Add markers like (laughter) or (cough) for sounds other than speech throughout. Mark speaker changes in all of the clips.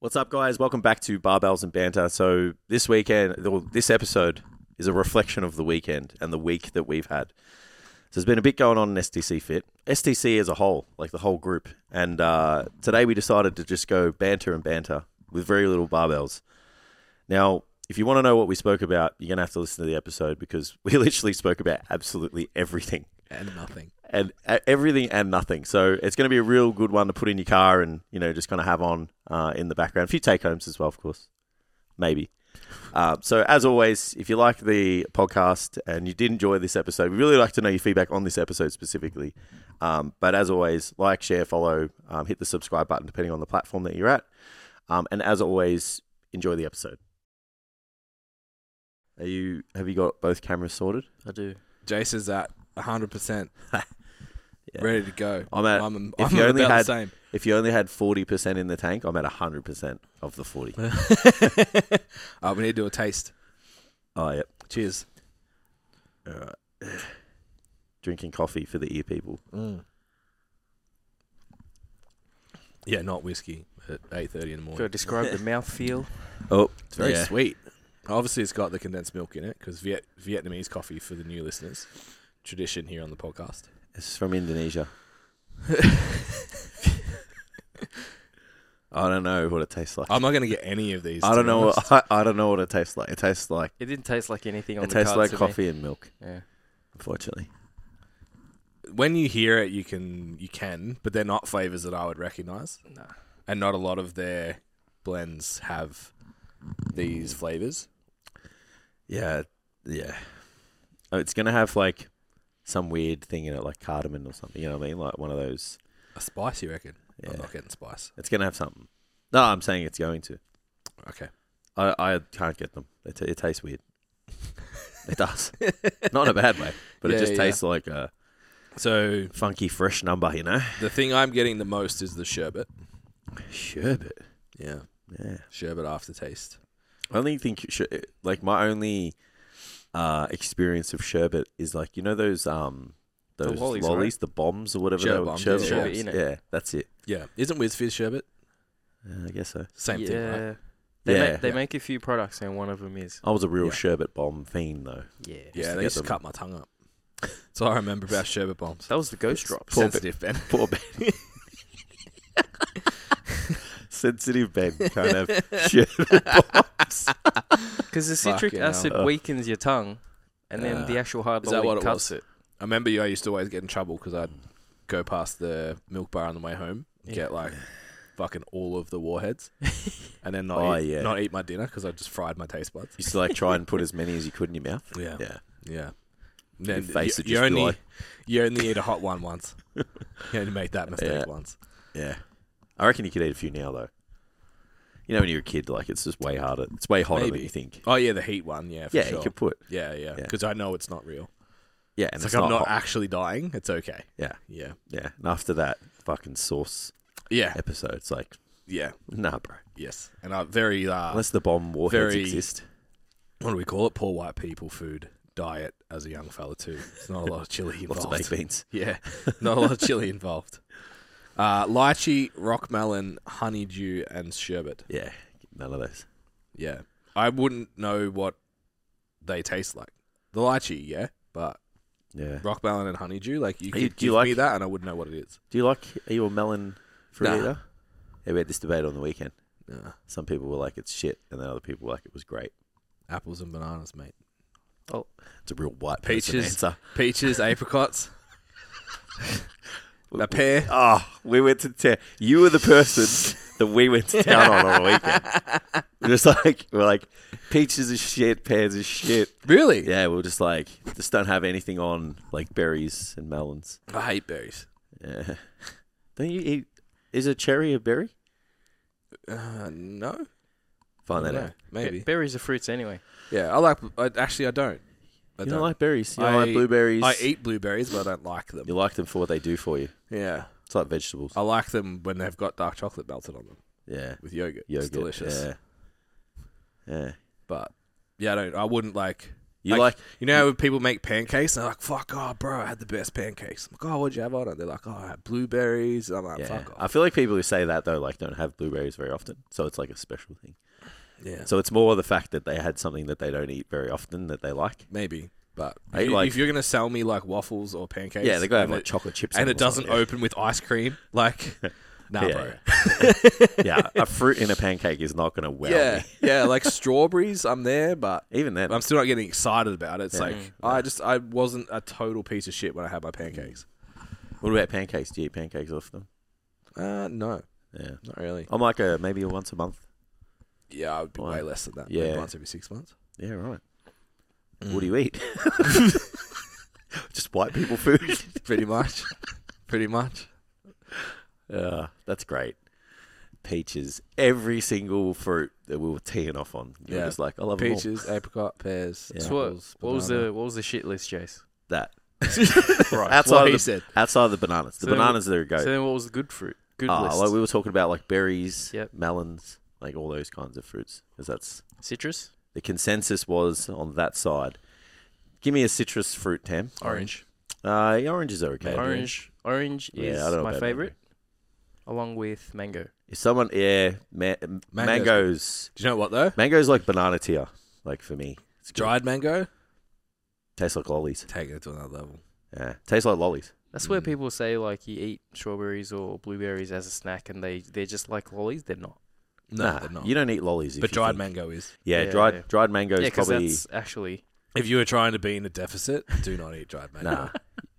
Speaker 1: What's up, guys? Welcome back to Barbells and Banter. So, this weekend, well, this episode is a reflection of the weekend and the week that we've had. So, there's been a bit going on in STC Fit, STC as a whole, like the whole group. And uh, today we decided to just go banter and banter with very little barbells. Now, if you want to know what we spoke about, you're going to have to listen to the episode because (laughs) we literally spoke about absolutely everything
Speaker 2: and nothing.
Speaker 1: and e- everything and nothing. So it's going to be a real good one to put in your car and you know just kind of have on uh, in the background. A few take homes as well, of course, maybe. Uh, so as always, if you like the podcast and you did enjoy this episode, we really like to know your feedback on this episode specifically. Um, but as always, like, share, follow, um, hit the subscribe button depending on the platform that you're at. Um, and as always, enjoy the episode. Are you? Have you got both cameras sorted?
Speaker 3: I do.
Speaker 2: Jason's at 100%
Speaker 1: Yeah.
Speaker 2: ready to go.
Speaker 1: I'm at-
Speaker 2: I'm,
Speaker 1: Uh, if
Speaker 2: I'm
Speaker 1: you
Speaker 2: about
Speaker 1: only
Speaker 2: the
Speaker 1: had-
Speaker 2: (laughs) same.
Speaker 1: If you only had forty percent in the tank, I'm at hundred percent of the forty.
Speaker 2: Uh, we need to do a taste.
Speaker 1: Oh, yep.
Speaker 2: Cheers.
Speaker 1: Drinking coffee for the ear people.
Speaker 2: Mm. Yeah, not whiskey at 8.30 in the morning.
Speaker 3: Got to
Speaker 1: (laughs)
Speaker 3: describe the mouthfeel.
Speaker 1: Oh,
Speaker 2: It's very sweet. Obviously, it's got the condensed milk in it because Viet- Vietnamese coffee for the new listeners. Tradition here on the podcast. (laughs)
Speaker 1: It's from Indonesia. I don't know what it tastes like.
Speaker 2: I'm not going to get any of these.
Speaker 1: I
Speaker 2: to
Speaker 1: don't
Speaker 2: be
Speaker 1: know.
Speaker 2: honest.
Speaker 1: What, (laughs) I, I don't know what it tastes like. It tastes like
Speaker 3: It didn't taste like anything on
Speaker 1: it
Speaker 3: the
Speaker 1: tastes
Speaker 3: card
Speaker 1: like
Speaker 3: to me.
Speaker 1: coffee and milk.
Speaker 3: Yeah.
Speaker 1: Unfortunately,
Speaker 2: When you hear it, you can, you can, but they're not flavors that I would recognize.
Speaker 3: Nah.
Speaker 2: And not a lot of their blends have these flavors.
Speaker 1: yeah, yeah. Oh, it's gonna have like some weird thing in it, like cardamom or something. You know what I mean? Like one of those.
Speaker 2: A spice, you reckon?
Speaker 1: Yeah,
Speaker 2: I'm
Speaker 3: Uh-huh.
Speaker 2: not getting spice. (laughs)
Speaker 1: it's gonna have something. No, I'm saying it's going to.
Speaker 2: Okay.
Speaker 1: I, I can't get them. It, it tastes
Speaker 3: (laughs)
Speaker 1: weird. It does. Not in a bad way, but it
Speaker 2: Yeah,
Speaker 1: just
Speaker 2: yeah.
Speaker 1: tastes like a
Speaker 2: So
Speaker 1: funky fresh number, you know?
Speaker 2: the thing I'm getting the most is the sherbet.
Speaker 1: Sherbet.
Speaker 2: Yeah.
Speaker 1: Yeah.
Speaker 2: Sherbet aftertaste.
Speaker 1: I only think, sh- like, my only uh, experience of sherbet is like, you know, those um
Speaker 3: The
Speaker 1: those lollies,
Speaker 3: lollies, right?
Speaker 1: the bombs or whatever
Speaker 2: Sherbet
Speaker 1: they were.
Speaker 2: bombs,
Speaker 1: sherbet
Speaker 2: yeah.
Speaker 1: bombs.
Speaker 3: Sherbet in it.
Speaker 1: Yeah, that's it.
Speaker 2: Yeah. Isn't Whiz Fizz sherbet?
Speaker 1: Uh, I guess so.
Speaker 2: Same
Speaker 3: yeah.
Speaker 2: thing, right?
Speaker 3: They,
Speaker 1: yeah.
Speaker 3: make, they
Speaker 2: Yeah.
Speaker 3: make a few products and one of them is.
Speaker 1: I was a real
Speaker 2: Yeah.
Speaker 1: sherbet bomb fiend, though.
Speaker 3: Yeah.
Speaker 1: Used to
Speaker 2: Yeah, they
Speaker 1: get
Speaker 2: used to
Speaker 1: them.
Speaker 2: cut my tongue up. (laughs) That's all I remember about sherbet bombs.
Speaker 3: That was the ghost drop.
Speaker 1: Poor
Speaker 2: Sensitive, Ben.
Speaker 1: Poor Ben. (laughs) Sensitive Ben kind of sherbet bombs.
Speaker 3: Because the citric
Speaker 2: Fucking
Speaker 3: acid
Speaker 1: hell.
Speaker 3: weakens your tongue and then
Speaker 1: Uh,
Speaker 3: the actual hard
Speaker 2: Is that
Speaker 3: lolly
Speaker 2: what it
Speaker 3: cuts
Speaker 2: was? (laughs) I remember I used to always get in trouble because I'd go past the milk bar on the way home,
Speaker 3: Yeah.
Speaker 2: get like fucking all of
Speaker 1: (laughs)
Speaker 2: the warheads, and then not,
Speaker 1: Oh,
Speaker 2: eat,
Speaker 1: yeah.
Speaker 2: not eat my dinner because I just fried my taste buds.
Speaker 1: Used to like try and put as many as you could in your mouth.
Speaker 2: Yeah.
Speaker 1: Yeah.
Speaker 2: Yeah.
Speaker 1: Your
Speaker 2: Then
Speaker 1: face would
Speaker 2: you, you
Speaker 1: just be
Speaker 2: only
Speaker 1: like-
Speaker 2: you only eat a hot one
Speaker 1: (laughs)
Speaker 2: once. you only make that mistake
Speaker 1: Yeah.
Speaker 2: once.
Speaker 1: Yeah. I reckon you could eat a few now though. You know, when you're a kid, like it's just way harder. It's way hotter than
Speaker 2: Maybe.
Speaker 1: you think.
Speaker 2: Oh yeah, the heat one. Yeah, for
Speaker 1: yeah,
Speaker 2: sure.
Speaker 1: you could put.
Speaker 2: Yeah, yeah.
Speaker 1: Yeah.
Speaker 2: Because I know it's not real.
Speaker 1: Yeah, and
Speaker 2: It's,
Speaker 1: it's,
Speaker 2: like I'm
Speaker 1: not.
Speaker 2: not
Speaker 1: hot.
Speaker 2: actually dying. It's okay.
Speaker 1: yeah,
Speaker 2: Yeah.
Speaker 1: yeah. And after that fucking sauce
Speaker 2: Yeah.
Speaker 1: episode, it's like,
Speaker 2: Yeah.
Speaker 1: nah, bro.
Speaker 2: Yes. And I very uh,
Speaker 1: Unless the bomb warheads
Speaker 2: very-
Speaker 1: exist.
Speaker 2: what do we call it? Poor white people food diet as a young fella too. It's not a lot of chili involved.
Speaker 1: (laughs) Lots of baked beans.
Speaker 2: Yeah, (laughs) not a lot of
Speaker 1: (laughs)
Speaker 2: chili involved. Uh, lychee, rock melon, honeydew, and sherbet.
Speaker 1: Yeah, none of those.
Speaker 2: Yeah. I wouldn't know what they taste like. The lychee, yeah, but
Speaker 1: Yeah.
Speaker 2: rockmelon and honeydew, like you
Speaker 1: Are
Speaker 2: could
Speaker 1: you- do
Speaker 2: give
Speaker 1: you
Speaker 2: me
Speaker 1: like-
Speaker 2: that and I wouldn't know what it is.
Speaker 1: Do you like? Are you a melon fruit
Speaker 2: Nah.
Speaker 1: eater? Yeah, we had this debate on the weekend.
Speaker 2: Nah.
Speaker 1: Some people were like it's shit, and then other people were like it was great.
Speaker 2: Apples and bananas, mate.
Speaker 1: It's a real white person
Speaker 2: Peaches.
Speaker 1: answer. (laughs)
Speaker 2: Peaches, apricots. a pear.
Speaker 1: Oh, we went to town. You were the
Speaker 2: (laughs)
Speaker 1: person that we went to town on on a weekend. We're just like we're like peaches is shit, pears is shit.
Speaker 2: Really?
Speaker 1: Yeah, we're just like just don't have anything on like berries and melons.
Speaker 2: I hate berries.
Speaker 1: Yeah. Don't you eat? Is a cherry a berry?
Speaker 2: Uh, no.
Speaker 1: Find that
Speaker 2: I don't
Speaker 1: out.
Speaker 2: know. Maybe.
Speaker 3: Be- berries are fruits anyway.
Speaker 2: yeah, I like. I, actually, I don't. I
Speaker 1: You
Speaker 2: don't.
Speaker 1: don't like berries. You don't
Speaker 2: I-
Speaker 1: like blueberries.
Speaker 2: I eat blueberries, but I don't like them.
Speaker 1: You like them for what they do for you.
Speaker 2: Yeah.
Speaker 1: It's like vegetables.
Speaker 2: I like them when they've got dark chocolate melted on them
Speaker 1: Yeah,
Speaker 2: with yogurt.
Speaker 1: yogurt.
Speaker 2: It's delicious.
Speaker 1: Yeah. Yeah.
Speaker 2: But yeah, I don't. I wouldn't like
Speaker 1: You like,
Speaker 2: you know how people make pancakes? And they're like, fuck, oh, bro, I had the best pancakes. I'm like, oh, what'd you have on it? They're like, oh, I had blueberries. I'm like,
Speaker 1: yeah.
Speaker 2: ah, fuck off.
Speaker 1: I feel like people who say that though, like, don't have blueberries very often, so it's like a special thing.
Speaker 2: Yeah,
Speaker 1: So it's more the fact that they had something that they don't eat very often that they like.
Speaker 2: maybe. But
Speaker 1: I
Speaker 2: if,
Speaker 1: eat,
Speaker 2: you,
Speaker 1: like-
Speaker 2: if you're going to sell me like waffles or pancakes,
Speaker 1: Yeah, they gotta have
Speaker 2: and
Speaker 1: like
Speaker 2: it-
Speaker 1: chocolate chips,
Speaker 2: and
Speaker 1: in
Speaker 2: it
Speaker 1: or something,
Speaker 2: doesn't open with ice cream,
Speaker 1: (laughs)
Speaker 2: like, nah,
Speaker 1: Yeah,
Speaker 2: bro.
Speaker 1: Yeah, Yeah,
Speaker 2: (laughs)
Speaker 1: a fruit in a pancake is not going to wow
Speaker 2: Yeah,
Speaker 1: me.
Speaker 2: (laughs) yeah, like um, strawberries, I'm there, but
Speaker 1: (laughs) Even then,
Speaker 2: I'm still not getting excited about it. It's like, I just, I wasn't a total piece of shit when I had my pancakes.
Speaker 1: what about pancakes? Do you eat pancakes often?
Speaker 2: Uh, no,
Speaker 1: Yeah,
Speaker 2: not really.
Speaker 1: I'm like a maybe a once a month.
Speaker 2: Oh, Yeah, I would be
Speaker 1: Why?
Speaker 2: way less than that.
Speaker 1: Yeah.
Speaker 2: Maybe once every six months.
Speaker 1: Yeah, right.
Speaker 2: Mm.
Speaker 1: What do you eat? (laughs) Just white people food. (laughs)
Speaker 2: (laughs) Pretty much. Pretty much.
Speaker 1: Uh, that's great. Peaches, every single fruit that we were teeing off on. You're
Speaker 2: Yeah.
Speaker 1: just like, I love 'em all.
Speaker 2: Peaches, apricot, pears,
Speaker 1: Yeah.
Speaker 3: So what,
Speaker 2: apples,
Speaker 3: what was
Speaker 2: banana.
Speaker 3: the what was the shit list, Jace?
Speaker 1: That
Speaker 2: (laughs)
Speaker 1: (laughs)
Speaker 2: right?
Speaker 1: outside
Speaker 2: what
Speaker 1: of
Speaker 2: he
Speaker 1: the-
Speaker 2: said.
Speaker 1: outside of the bananas, the
Speaker 3: So then
Speaker 1: bananas there go.
Speaker 3: So then, what was the good fruit? Good
Speaker 1: Ah,
Speaker 3: list.
Speaker 1: like we were talking about like berries,
Speaker 3: Yep.
Speaker 1: melons, like all those kinds of fruits, because that's
Speaker 3: Citrus,
Speaker 1: the consensus was on that side. Give me a citrus fruit, Tam.
Speaker 3: orange,
Speaker 1: Uh, yeah, oranges are okay.
Speaker 3: orange, orange
Speaker 1: Yeah,
Speaker 3: is
Speaker 1: I don't know
Speaker 3: my
Speaker 1: about
Speaker 3: favorite, along with mango.
Speaker 1: If someone, yeah, ma- mangoes,
Speaker 2: Do you know what though?
Speaker 1: mangoes like banana tier, like for me, it's good.
Speaker 2: Dried mango,
Speaker 1: Tastes like lollies.
Speaker 2: take it to another level.
Speaker 1: Yeah, tastes like lollies.
Speaker 3: That's where
Speaker 2: Mm.
Speaker 3: people say like you eat strawberries or blueberries as a snack, and they they're just like lollies. They're not.
Speaker 2: No,
Speaker 1: Nah,
Speaker 2: they're not.
Speaker 1: You don't eat lollies. If
Speaker 2: but
Speaker 1: you
Speaker 2: dried
Speaker 1: think-
Speaker 2: mango is.
Speaker 1: Yeah,
Speaker 3: Yeah,
Speaker 1: dried
Speaker 3: yeah.
Speaker 1: dried mango
Speaker 3: Yeah,
Speaker 1: is
Speaker 3: because
Speaker 1: probably
Speaker 3: that's actually
Speaker 2: If you were trying to be in a deficit, do not eat dried mango.
Speaker 1: nah.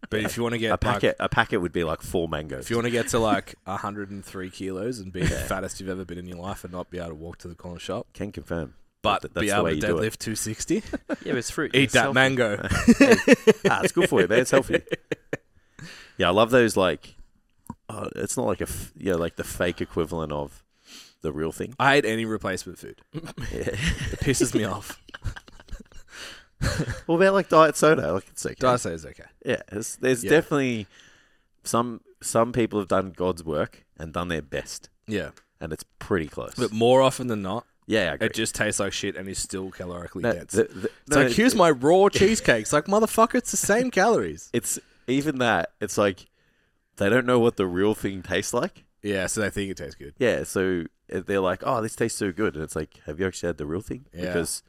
Speaker 2: But if you want to
Speaker 1: a
Speaker 2: get like,
Speaker 1: packet a packet would be like four mangoes.
Speaker 2: if you want to get to like (laughs) 103 kilos and be the fattest you've ever been in your life and not be able to walk to the corner shop,
Speaker 1: Can confirm.
Speaker 2: but
Speaker 1: That-
Speaker 2: be
Speaker 1: that's the
Speaker 2: able
Speaker 1: way
Speaker 2: to
Speaker 1: you do it.
Speaker 2: deadlift (laughs) 260,
Speaker 3: (laughs) yeah, but it's fruit.
Speaker 2: eat
Speaker 3: it's
Speaker 2: that
Speaker 3: healthy.
Speaker 2: mango.
Speaker 1: ah, it's good for you, man. It's healthy. Yeah, I love those. Like, uh, it's not like a f- you know, like the fake equivalent of the real
Speaker 2: (laughs)
Speaker 1: thing.
Speaker 2: I ate any replacement food.
Speaker 1: Yeah.
Speaker 2: It pisses me (laughs) off.
Speaker 1: what about like diet soda? Like, it's okay.
Speaker 2: Dicey is okay.
Speaker 1: yeah, it's, there's
Speaker 2: Yeah.
Speaker 1: definitely some some people have done God's work and done their best,
Speaker 2: Yeah.
Speaker 1: and it's pretty close.
Speaker 2: But more often than not,
Speaker 1: yeah, I agree.
Speaker 2: it just tastes like shit and is still calorically
Speaker 1: No,
Speaker 2: dense.
Speaker 1: the- the-
Speaker 2: it's
Speaker 1: no,
Speaker 2: like, here's my (laughs) raw cheesecake. It's like, motherfucker, it's the same calories.
Speaker 1: it's even that. It's like they don't know what the real thing tastes like.
Speaker 2: Yeah, so they think it tastes good.
Speaker 1: Yeah, so they're like, "Oh, this tastes so good," and it's like, "Have you actually had the real thing?"
Speaker 2: Yeah.
Speaker 1: Because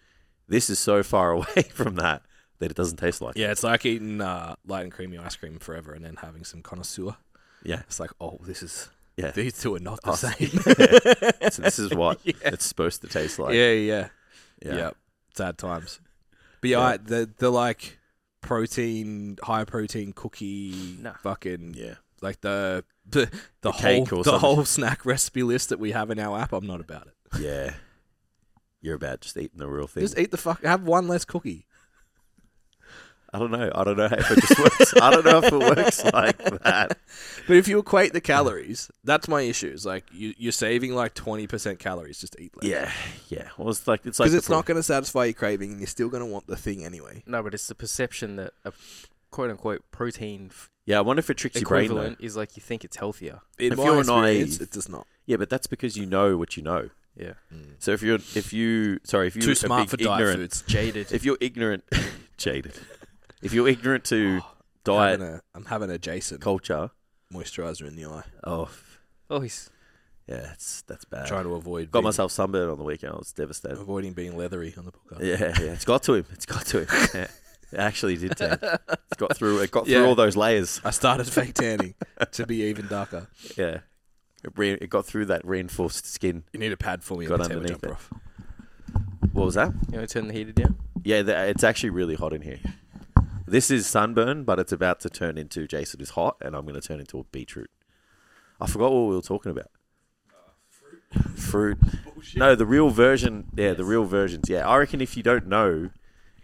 Speaker 1: this is so far (laughs) away from that that it doesn't taste like. it.
Speaker 2: Yeah, it's like eating uh, light and creamy ice cream forever and then having some connoisseur.
Speaker 1: yeah,
Speaker 2: It's like, oh, this is,
Speaker 1: yeah.
Speaker 2: these two are not the
Speaker 1: Oh,
Speaker 2: (laughs) same.
Speaker 1: so (laughs) this is
Speaker 2: (laughs)
Speaker 1: what it's supposed to taste like.
Speaker 2: yeah, yeah,
Speaker 1: yeah.
Speaker 2: yeah. Sad times. But yeah,
Speaker 1: Yeah.
Speaker 2: I- the, the like protein, high protein cookie,
Speaker 3: Nah.
Speaker 2: fucking
Speaker 1: Yeah.
Speaker 2: like the (laughs) the, the whole
Speaker 1: cake
Speaker 2: the
Speaker 1: or something.
Speaker 2: whole snack recipe list that we have in our app. I'm not about it.
Speaker 1: Yeah. You're about just eating the real thing.
Speaker 2: Just eat the fuck. Have one less cookie.
Speaker 1: I don't know. I don't know if it just works. I don't know if it works (laughs) like that.
Speaker 2: But if you equate the calories, that's my issue. Is like you, you're saving like 20 percent calories. Just eat less.
Speaker 1: Yeah, yeah. Well, it's like it's like
Speaker 2: because
Speaker 1: the
Speaker 2: it's not going to satisfy your craving, and you're still going to want the thing anyway.
Speaker 3: No, but it's the perception that a quote unquote protein f-
Speaker 1: Yeah, I wonder if it tricks your brain. Though.
Speaker 3: equivalent is like you think it's healthier.
Speaker 2: In
Speaker 1: If
Speaker 2: my
Speaker 1: you're naive-
Speaker 2: experience, it does not.
Speaker 1: Yeah, but that's because you know what you know.
Speaker 3: Yeah,
Speaker 1: So if you're if you sorry Mm. if you
Speaker 2: Too smart for diet
Speaker 1: ignorant,
Speaker 2: foods.
Speaker 3: jaded.
Speaker 1: if you're ignorant, (laughs) jaded. If you're ignorant to diet
Speaker 2: Oh, I'm having a, I'm having a Jason
Speaker 1: culture,
Speaker 2: moisturizer in the eye.
Speaker 1: oh f-
Speaker 3: oh, he's
Speaker 1: yeah, it's that's bad.
Speaker 2: trying to avoid
Speaker 1: Got
Speaker 2: being-
Speaker 1: myself sunburned on the weekend. I was devastated.
Speaker 2: avoiding being leathery on the podcast.
Speaker 1: Yeah, yeah, it's got to him. It's got
Speaker 2: (laughs)
Speaker 1: to him. Yeah. It actually did. Tan. It's got through. It got
Speaker 2: Yeah.
Speaker 1: through all those layers.
Speaker 2: I started fake tanning to be even darker.
Speaker 1: Yeah, it, re- it got through that reinforced skin.
Speaker 2: You need a pad for me.
Speaker 1: Got
Speaker 2: Got underneath
Speaker 1: underneath
Speaker 2: jumper
Speaker 1: it.
Speaker 2: off.
Speaker 1: What was that?
Speaker 3: you know turn the heater down.
Speaker 1: Yeah, th- it's actually really hot in here. This is sunburn, but it's about to turn into Jason is hot, and I'm going to turn into a beetroot. I forgot what we were talking about. fruit. No, the real version. Yeah, the real versions. Yeah, I reckon if you don't know,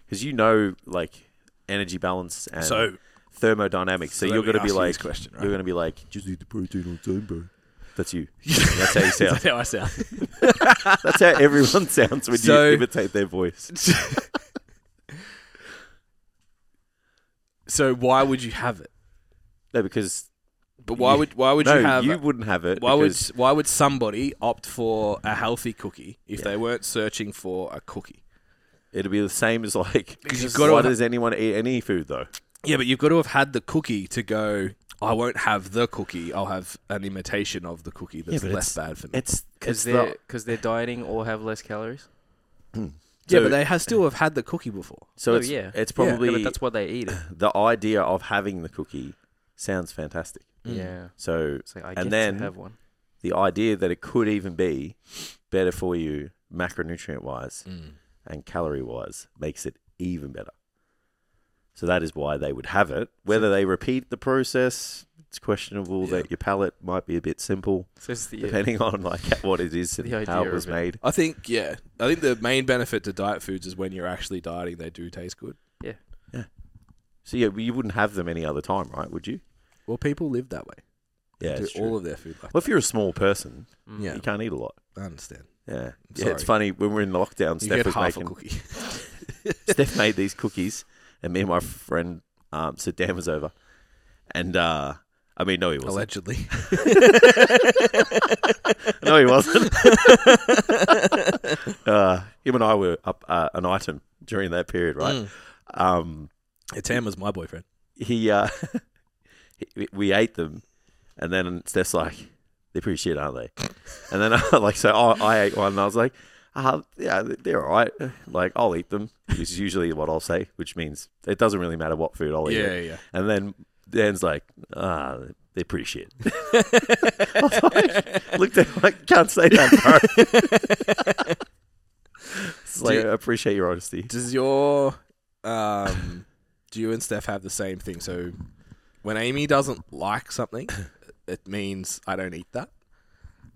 Speaker 1: because you know like energy balance and
Speaker 2: So
Speaker 1: thermodynamics, so,
Speaker 2: let
Speaker 1: you're
Speaker 2: me
Speaker 1: going to
Speaker 2: ask
Speaker 1: be
Speaker 2: you
Speaker 1: like,
Speaker 2: this question, right? (laughs)
Speaker 1: you're going to be like, just eat the protein on sunburn. That's you. That's how you
Speaker 2: Is
Speaker 1: sound. (laughs)
Speaker 2: that how I sound?
Speaker 1: That's how everyone sounds when
Speaker 2: So-
Speaker 1: you imitate their voice.
Speaker 2: (laughs) So why would you have it?
Speaker 1: No, because
Speaker 2: But why would why would
Speaker 1: no,
Speaker 2: you have?
Speaker 1: you wouldn't have it.
Speaker 2: why would
Speaker 1: because-
Speaker 2: why would somebody opt for a healthy cookie if they weren't searching for a cookie?
Speaker 1: It'd be the same as like.
Speaker 2: 'Cause you've
Speaker 1: Just
Speaker 2: gotta
Speaker 1: why
Speaker 2: have-
Speaker 1: does anyone eat any food though?
Speaker 2: Yeah, but you've got to have had the cookie to go. I won't have the cookie. I'll have an imitation of the cookie that's
Speaker 1: but
Speaker 2: less bad for me.
Speaker 1: It's
Speaker 3: because
Speaker 1: it's
Speaker 3: they're
Speaker 1: the,
Speaker 3: because they're dieting or have less calories.
Speaker 2: yeah,
Speaker 1: so-
Speaker 2: but they have still have had the cookie before.
Speaker 1: so
Speaker 3: Oh,
Speaker 1: it's
Speaker 3: yeah.
Speaker 1: it's
Speaker 2: Yeah, but
Speaker 1: probably
Speaker 3: Yeah, but that's why they eat it.
Speaker 1: the idea of having the cookie sounds fantastic.
Speaker 3: Yeah.
Speaker 1: So
Speaker 3: It's like I
Speaker 1: Mm. And
Speaker 3: get
Speaker 1: then-
Speaker 3: to have one.
Speaker 1: the idea that it could even be better for you macronutrient wise
Speaker 2: Mm.
Speaker 1: and calorie wise makes it even better. So that is why they would have it. Whether they repeat the process, it's questionable
Speaker 2: Yeah.
Speaker 1: that your palate might be a bit simple
Speaker 3: So it's the,
Speaker 1: depending on like (laughs) what it is and
Speaker 3: The
Speaker 1: how
Speaker 3: idea
Speaker 1: it was
Speaker 3: of it.
Speaker 1: made.
Speaker 2: I think yeah. I think the main benefit to diet foods is when you're actually dieting, they do taste good.
Speaker 1: So yeah, you wouldn't have them any other time, right? Would you?
Speaker 2: Well, people live that way.
Speaker 1: Yeah,
Speaker 2: do
Speaker 1: it's true.
Speaker 2: all of their food like
Speaker 1: well, if you're a small person,
Speaker 3: Mm.
Speaker 2: Yeah.
Speaker 1: you can't eat a lot.
Speaker 2: that. I understand.
Speaker 1: Yeah, yeah.
Speaker 2: sorry.
Speaker 1: It's funny when we we're in lockdown.
Speaker 2: You
Speaker 1: Steph
Speaker 2: get
Speaker 1: was
Speaker 2: half
Speaker 1: making
Speaker 2: a cookie.
Speaker 1: (laughs) Steph made these cookies, and me and my friend um, Saddam was over, and uh, I mean, no,
Speaker 2: Oh,
Speaker 1: he wasn't. (laughs)
Speaker 2: Allegedly.
Speaker 1: no, he wasn't. (laughs) uh, him and I were up uh, an item during that period, right?
Speaker 2: Mm.
Speaker 1: Um,
Speaker 2: Yeah, Tam was my boyfriend.
Speaker 1: he, uh, (laughs) he- we ate them, and then Steph's like, "They're pretty shit, aren't they?" And then (laughs) I like, so I, I ate one, and I was like. Uh, yeah, they're all right. Like, I'll eat them, which is usually what I'll say, which means it doesn't really matter what food I'll eat. it.
Speaker 2: yeah.
Speaker 1: And then Dan's like, ah, they're pretty shit. (laughs) I was like, (laughs) looked at him like, can't say that, bro. It's like,
Speaker 2: Do-
Speaker 1: I appreciate your honesty.
Speaker 2: Does your um do you and Steph have the same thing? So when Amy doesn't
Speaker 1: (coughs)
Speaker 2: like something, it means I don't eat that.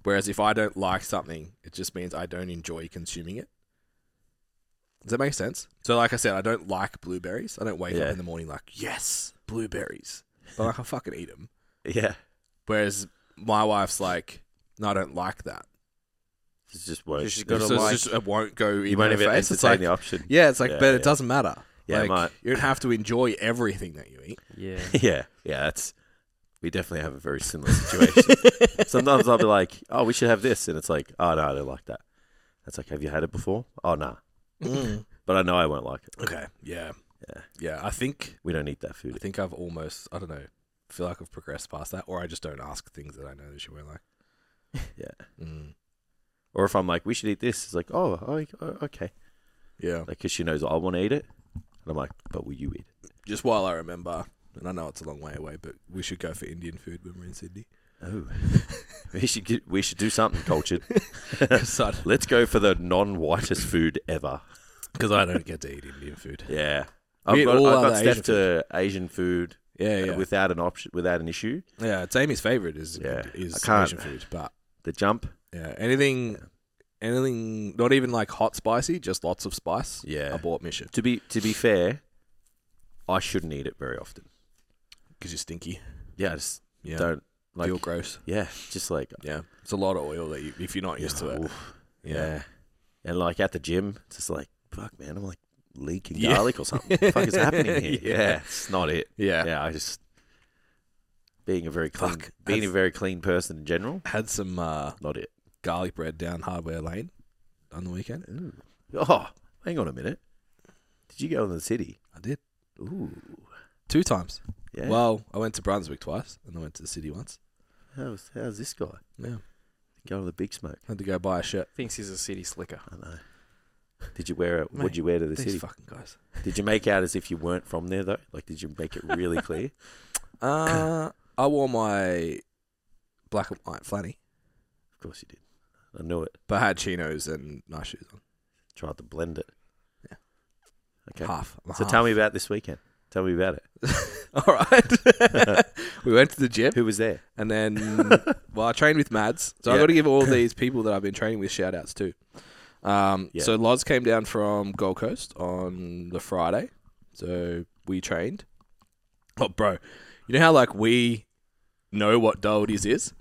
Speaker 2: Whereas if I don't like something, it just means I don't enjoy consuming it. Does that make sense? So like I said, I don't like blueberries. I don't wake
Speaker 1: Yeah.
Speaker 2: up in the morning like, yes, blueberries. But like, I'll fucking eat them.
Speaker 1: Yeah.
Speaker 2: Whereas my wife's like, no, I don't like that.
Speaker 1: It's just worse.
Speaker 3: she's
Speaker 2: So
Speaker 3: gotta
Speaker 2: it's
Speaker 3: like-
Speaker 2: just, it won't go in
Speaker 1: you won't
Speaker 2: her
Speaker 1: even
Speaker 2: face.
Speaker 1: entertain
Speaker 2: It's like,
Speaker 1: the option.
Speaker 2: yeah, it's like,
Speaker 1: Yeah,
Speaker 2: but
Speaker 1: yeah.
Speaker 2: it doesn't matter.
Speaker 1: Yeah,
Speaker 2: like,
Speaker 1: mate.
Speaker 2: you don't have to enjoy everything that you eat.
Speaker 3: Yeah.
Speaker 1: (laughs) Yeah. Yeah. That's, we definitely have a very similar
Speaker 2: (laughs)
Speaker 1: situation. (laughs) Sometimes I'll be like, oh, we should have this. And it's like, oh, no, I don't like that. That's like, have you had it before? Oh, no. But I know I won't like it.
Speaker 2: Mm. Okay. Yeah.
Speaker 1: Yeah.
Speaker 2: Yeah. I think
Speaker 1: We don't eat that
Speaker 2: I
Speaker 1: food.
Speaker 2: think I've almost I don't know feel like I've progressed past that, or I just don't ask things that I know that she won't like.
Speaker 1: (laughs) Yeah.
Speaker 2: Mm.
Speaker 1: Or if I'm like, we should eat this, it's like, oh, oh, oh, okay.
Speaker 2: Yeah.
Speaker 1: Like, because she knows I want to eat it. And I'm like, but will you eat it?
Speaker 2: Just while I remember, and I know it's a long way away, but we should go for Indian food when we're in Sydney.
Speaker 1: Oh. (laughs) we, should get, we should do something
Speaker 2: (laughs)
Speaker 1: (laughs) cultured.
Speaker 2: Because I,
Speaker 1: Let's go for the non whitest food ever.
Speaker 2: (laughs) 'cause I don't get to eat Indian food.
Speaker 1: Yeah.
Speaker 2: We
Speaker 1: I've
Speaker 2: eat
Speaker 1: got, I've
Speaker 2: all other
Speaker 1: got Steph
Speaker 2: Asian
Speaker 1: to Asian food
Speaker 2: Yeah. Yeah.
Speaker 1: without an option, without an issue.
Speaker 2: yeah. It's Amy's favorite is
Speaker 1: Yeah, I
Speaker 2: is
Speaker 1: can't.
Speaker 2: Asian food, but
Speaker 1: The jump.
Speaker 2: yeah, anything. Anything, not even like hot spicy, just lots of spice.
Speaker 1: Yeah.
Speaker 2: I bought mission
Speaker 1: To be to be fair, I shouldn't eat it very often.
Speaker 2: because you're stinky.
Speaker 1: Yeah, I just
Speaker 2: Yeah,
Speaker 1: don't like.
Speaker 2: feel gross.
Speaker 1: Yeah, just like
Speaker 2: Yeah, it's a lot of oil that you, if you're not used to it.
Speaker 1: Oof.
Speaker 2: Yeah.
Speaker 1: Yeah. And like at the gym, it's just like, fuck, man, I'm like leaking
Speaker 2: Yeah.
Speaker 1: garlic or something. What the fuck is
Speaker 2: (laughs)
Speaker 1: happening here?
Speaker 2: Yeah.
Speaker 1: Yeah. it's not it.
Speaker 2: yeah,
Speaker 1: Yeah, I just being a very clean,
Speaker 2: Fuck,
Speaker 1: being
Speaker 2: that's-
Speaker 1: a very clean person in general,
Speaker 2: Had some uh,
Speaker 1: not it.
Speaker 2: garlic bread down Hardware Lane on the weekend.
Speaker 1: Oh, hang on a minute. Did you go in the city?
Speaker 2: I did
Speaker 1: Ooh,
Speaker 2: two times.
Speaker 1: yeah.
Speaker 2: Well, I went to Brunswick twice, and I went to the city once.
Speaker 1: how's how's this guy
Speaker 2: Yeah,
Speaker 1: going to the big smoke?
Speaker 2: had to go buy a shirt.
Speaker 3: Thinks he's a city slicker.
Speaker 1: I know. Did you wear it?
Speaker 2: Mate,
Speaker 1: What'd you wear to the
Speaker 2: These
Speaker 1: city?
Speaker 2: fucking guys.
Speaker 1: Did you make out as if you weren't from there though? Like, did you make it really
Speaker 2: (laughs)
Speaker 1: clear? (clears throat)
Speaker 2: Uh, I wore my black and white flanny,
Speaker 1: of course you did. I knew it.
Speaker 2: but I had chinos and nice shoes on.
Speaker 1: Tried to blend it.
Speaker 2: Yeah.
Speaker 1: Okay.
Speaker 2: Half. I'm
Speaker 1: So
Speaker 2: half.
Speaker 1: tell me about this weekend. Tell me about it.
Speaker 2: (laughs) All right. (laughs) we went to the gym.
Speaker 1: Who was
Speaker 2: (laughs)
Speaker 1: there? (laughs)
Speaker 2: And then, well, I trained with Mads, so i I
Speaker 1: Yeah.
Speaker 2: got to
Speaker 1: (coughs)
Speaker 2: give all these people that I've been training with shout outs too. Um,
Speaker 1: Yeah.
Speaker 2: So Loz came down from Gold Coast on the Friday, so we trained. Oh, bro, you know how like we know what Doherty's is?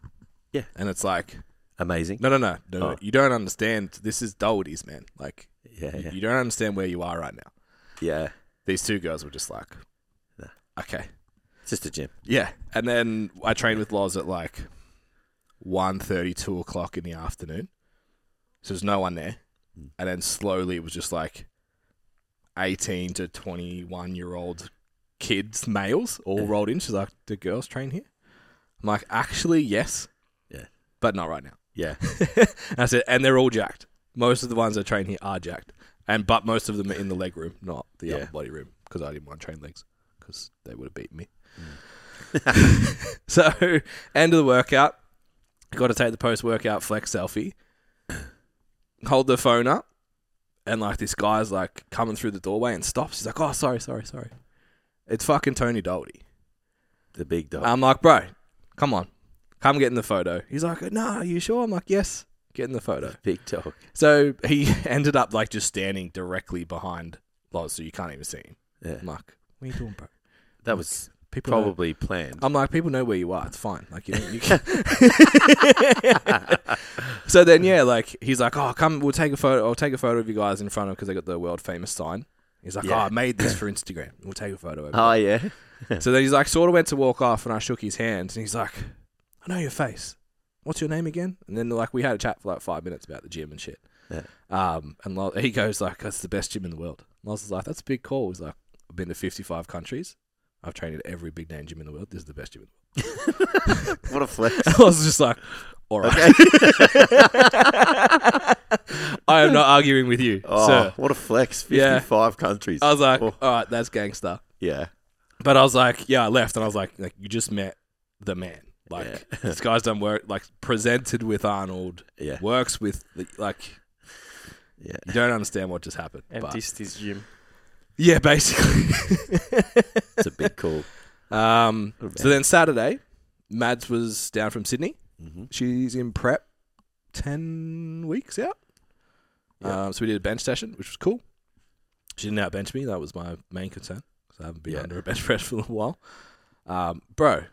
Speaker 1: Yeah.
Speaker 2: and it's like
Speaker 1: Amazing.
Speaker 2: no, no, no, no, no,
Speaker 1: Oh.
Speaker 2: you don't understand. This is Doherty's, man. Like
Speaker 1: Yeah,
Speaker 2: you-
Speaker 1: yeah,
Speaker 2: you don't understand where you are right now.
Speaker 1: yeah.
Speaker 2: These two girls were just like,
Speaker 1: Yeah.
Speaker 2: okay,
Speaker 1: It's just a gym.
Speaker 2: yeah, and then I trained with Loz at like 1.30, 2 o'clock in the afternoon. So there's no one there,
Speaker 1: Mm.
Speaker 2: and then slowly it was just like eighteen to twenty-one year old kids, males, all rolled in. She's like, "Do girls train here?" I'm like, "Actually, yes,
Speaker 1: Yeah.
Speaker 2: but not right now." (laughs)
Speaker 1: Yeah.
Speaker 2: And I said, "And they're all jacked. Most of the ones that train here are jacked, and but most of them are in the leg room, not the
Speaker 1: Yeah.
Speaker 2: upper body room, because I didn't want to train legs because they would have beaten me."
Speaker 1: Mm.
Speaker 2: (laughs) so, end of the workout, got to take the post-workout flex selfie. Hold the phone up, and like this guy's like coming through the doorway and stops. He's like, "Oh, sorry, sorry, sorry." It's fucking Tony Doherty.
Speaker 1: The big dog.
Speaker 2: I'm like, bro, come on, come get in the photo. He's like, no, are you sure? I'm like, yes, get in the photo.
Speaker 1: big dog.
Speaker 2: So he (laughs) ended up like just standing directly behind Loz, so you can't even see him.
Speaker 1: Yeah.
Speaker 2: I'm like, what are you doing, bro?
Speaker 1: That was
Speaker 2: People know-
Speaker 1: probably planned.
Speaker 2: I'm like, people know where you are. It's fine. Like, you, don't- you can. (laughs) so then, yeah, like he's like, oh, come, we'll take a photo. I'll take a photo of you guys in front of because they got the world famous sign. He's like,
Speaker 1: Yeah.
Speaker 2: oh, I made this for Instagram. We'll take a photo. Of it.
Speaker 1: Oh yeah.
Speaker 2: So then he's like, sort of went to walk off, and I shook his hand, and he's like, I know your face. What's your name again? And then like we had a chat for like five minutes about the gym and shit.
Speaker 1: Yeah.
Speaker 2: Um, and Lo- he goes like, "That's the best gym in the world." Loz is like, "That's a big call." He's like, "I've been to fifty-five countries. I've trained at every big name gym in the world. This is the best gym in the
Speaker 1: (laughs) What a flex.
Speaker 2: (laughs) world." Loz is just like, "All
Speaker 1: Oh,
Speaker 2: right, (laughs) I am not arguing with you,
Speaker 1: (laughs) Oh,
Speaker 2: sir."
Speaker 1: what a flex.
Speaker 2: Yeah. Uh,
Speaker 1: 55 countries.
Speaker 2: I was like,
Speaker 1: Oh.
Speaker 2: "All right, that's gangster."
Speaker 1: yeah.
Speaker 2: But I was like, yeah, I left, and I was like, like you just met the man. Like this guy's done work, like presented with Arnold,
Speaker 1: (laughs) Yeah.
Speaker 2: works with the, like
Speaker 1: Yeah.
Speaker 2: you don't understand what just happened.
Speaker 3: and
Speaker 2: but-
Speaker 3: dissed his gym.
Speaker 2: yeah, basically.
Speaker 1: It's a big call.
Speaker 2: (laughs) um, so then Saturday, Mads was down from Sydney.
Speaker 1: Mhm.
Speaker 2: She's in prep, ten weeks out.
Speaker 1: Yeah.
Speaker 2: Um, so we did a bench session, which was cool. She didn't outbench me. That was my main concern because I haven't been
Speaker 1: Yeah.
Speaker 2: under a bench (laughs) press for a little while. Um, bro,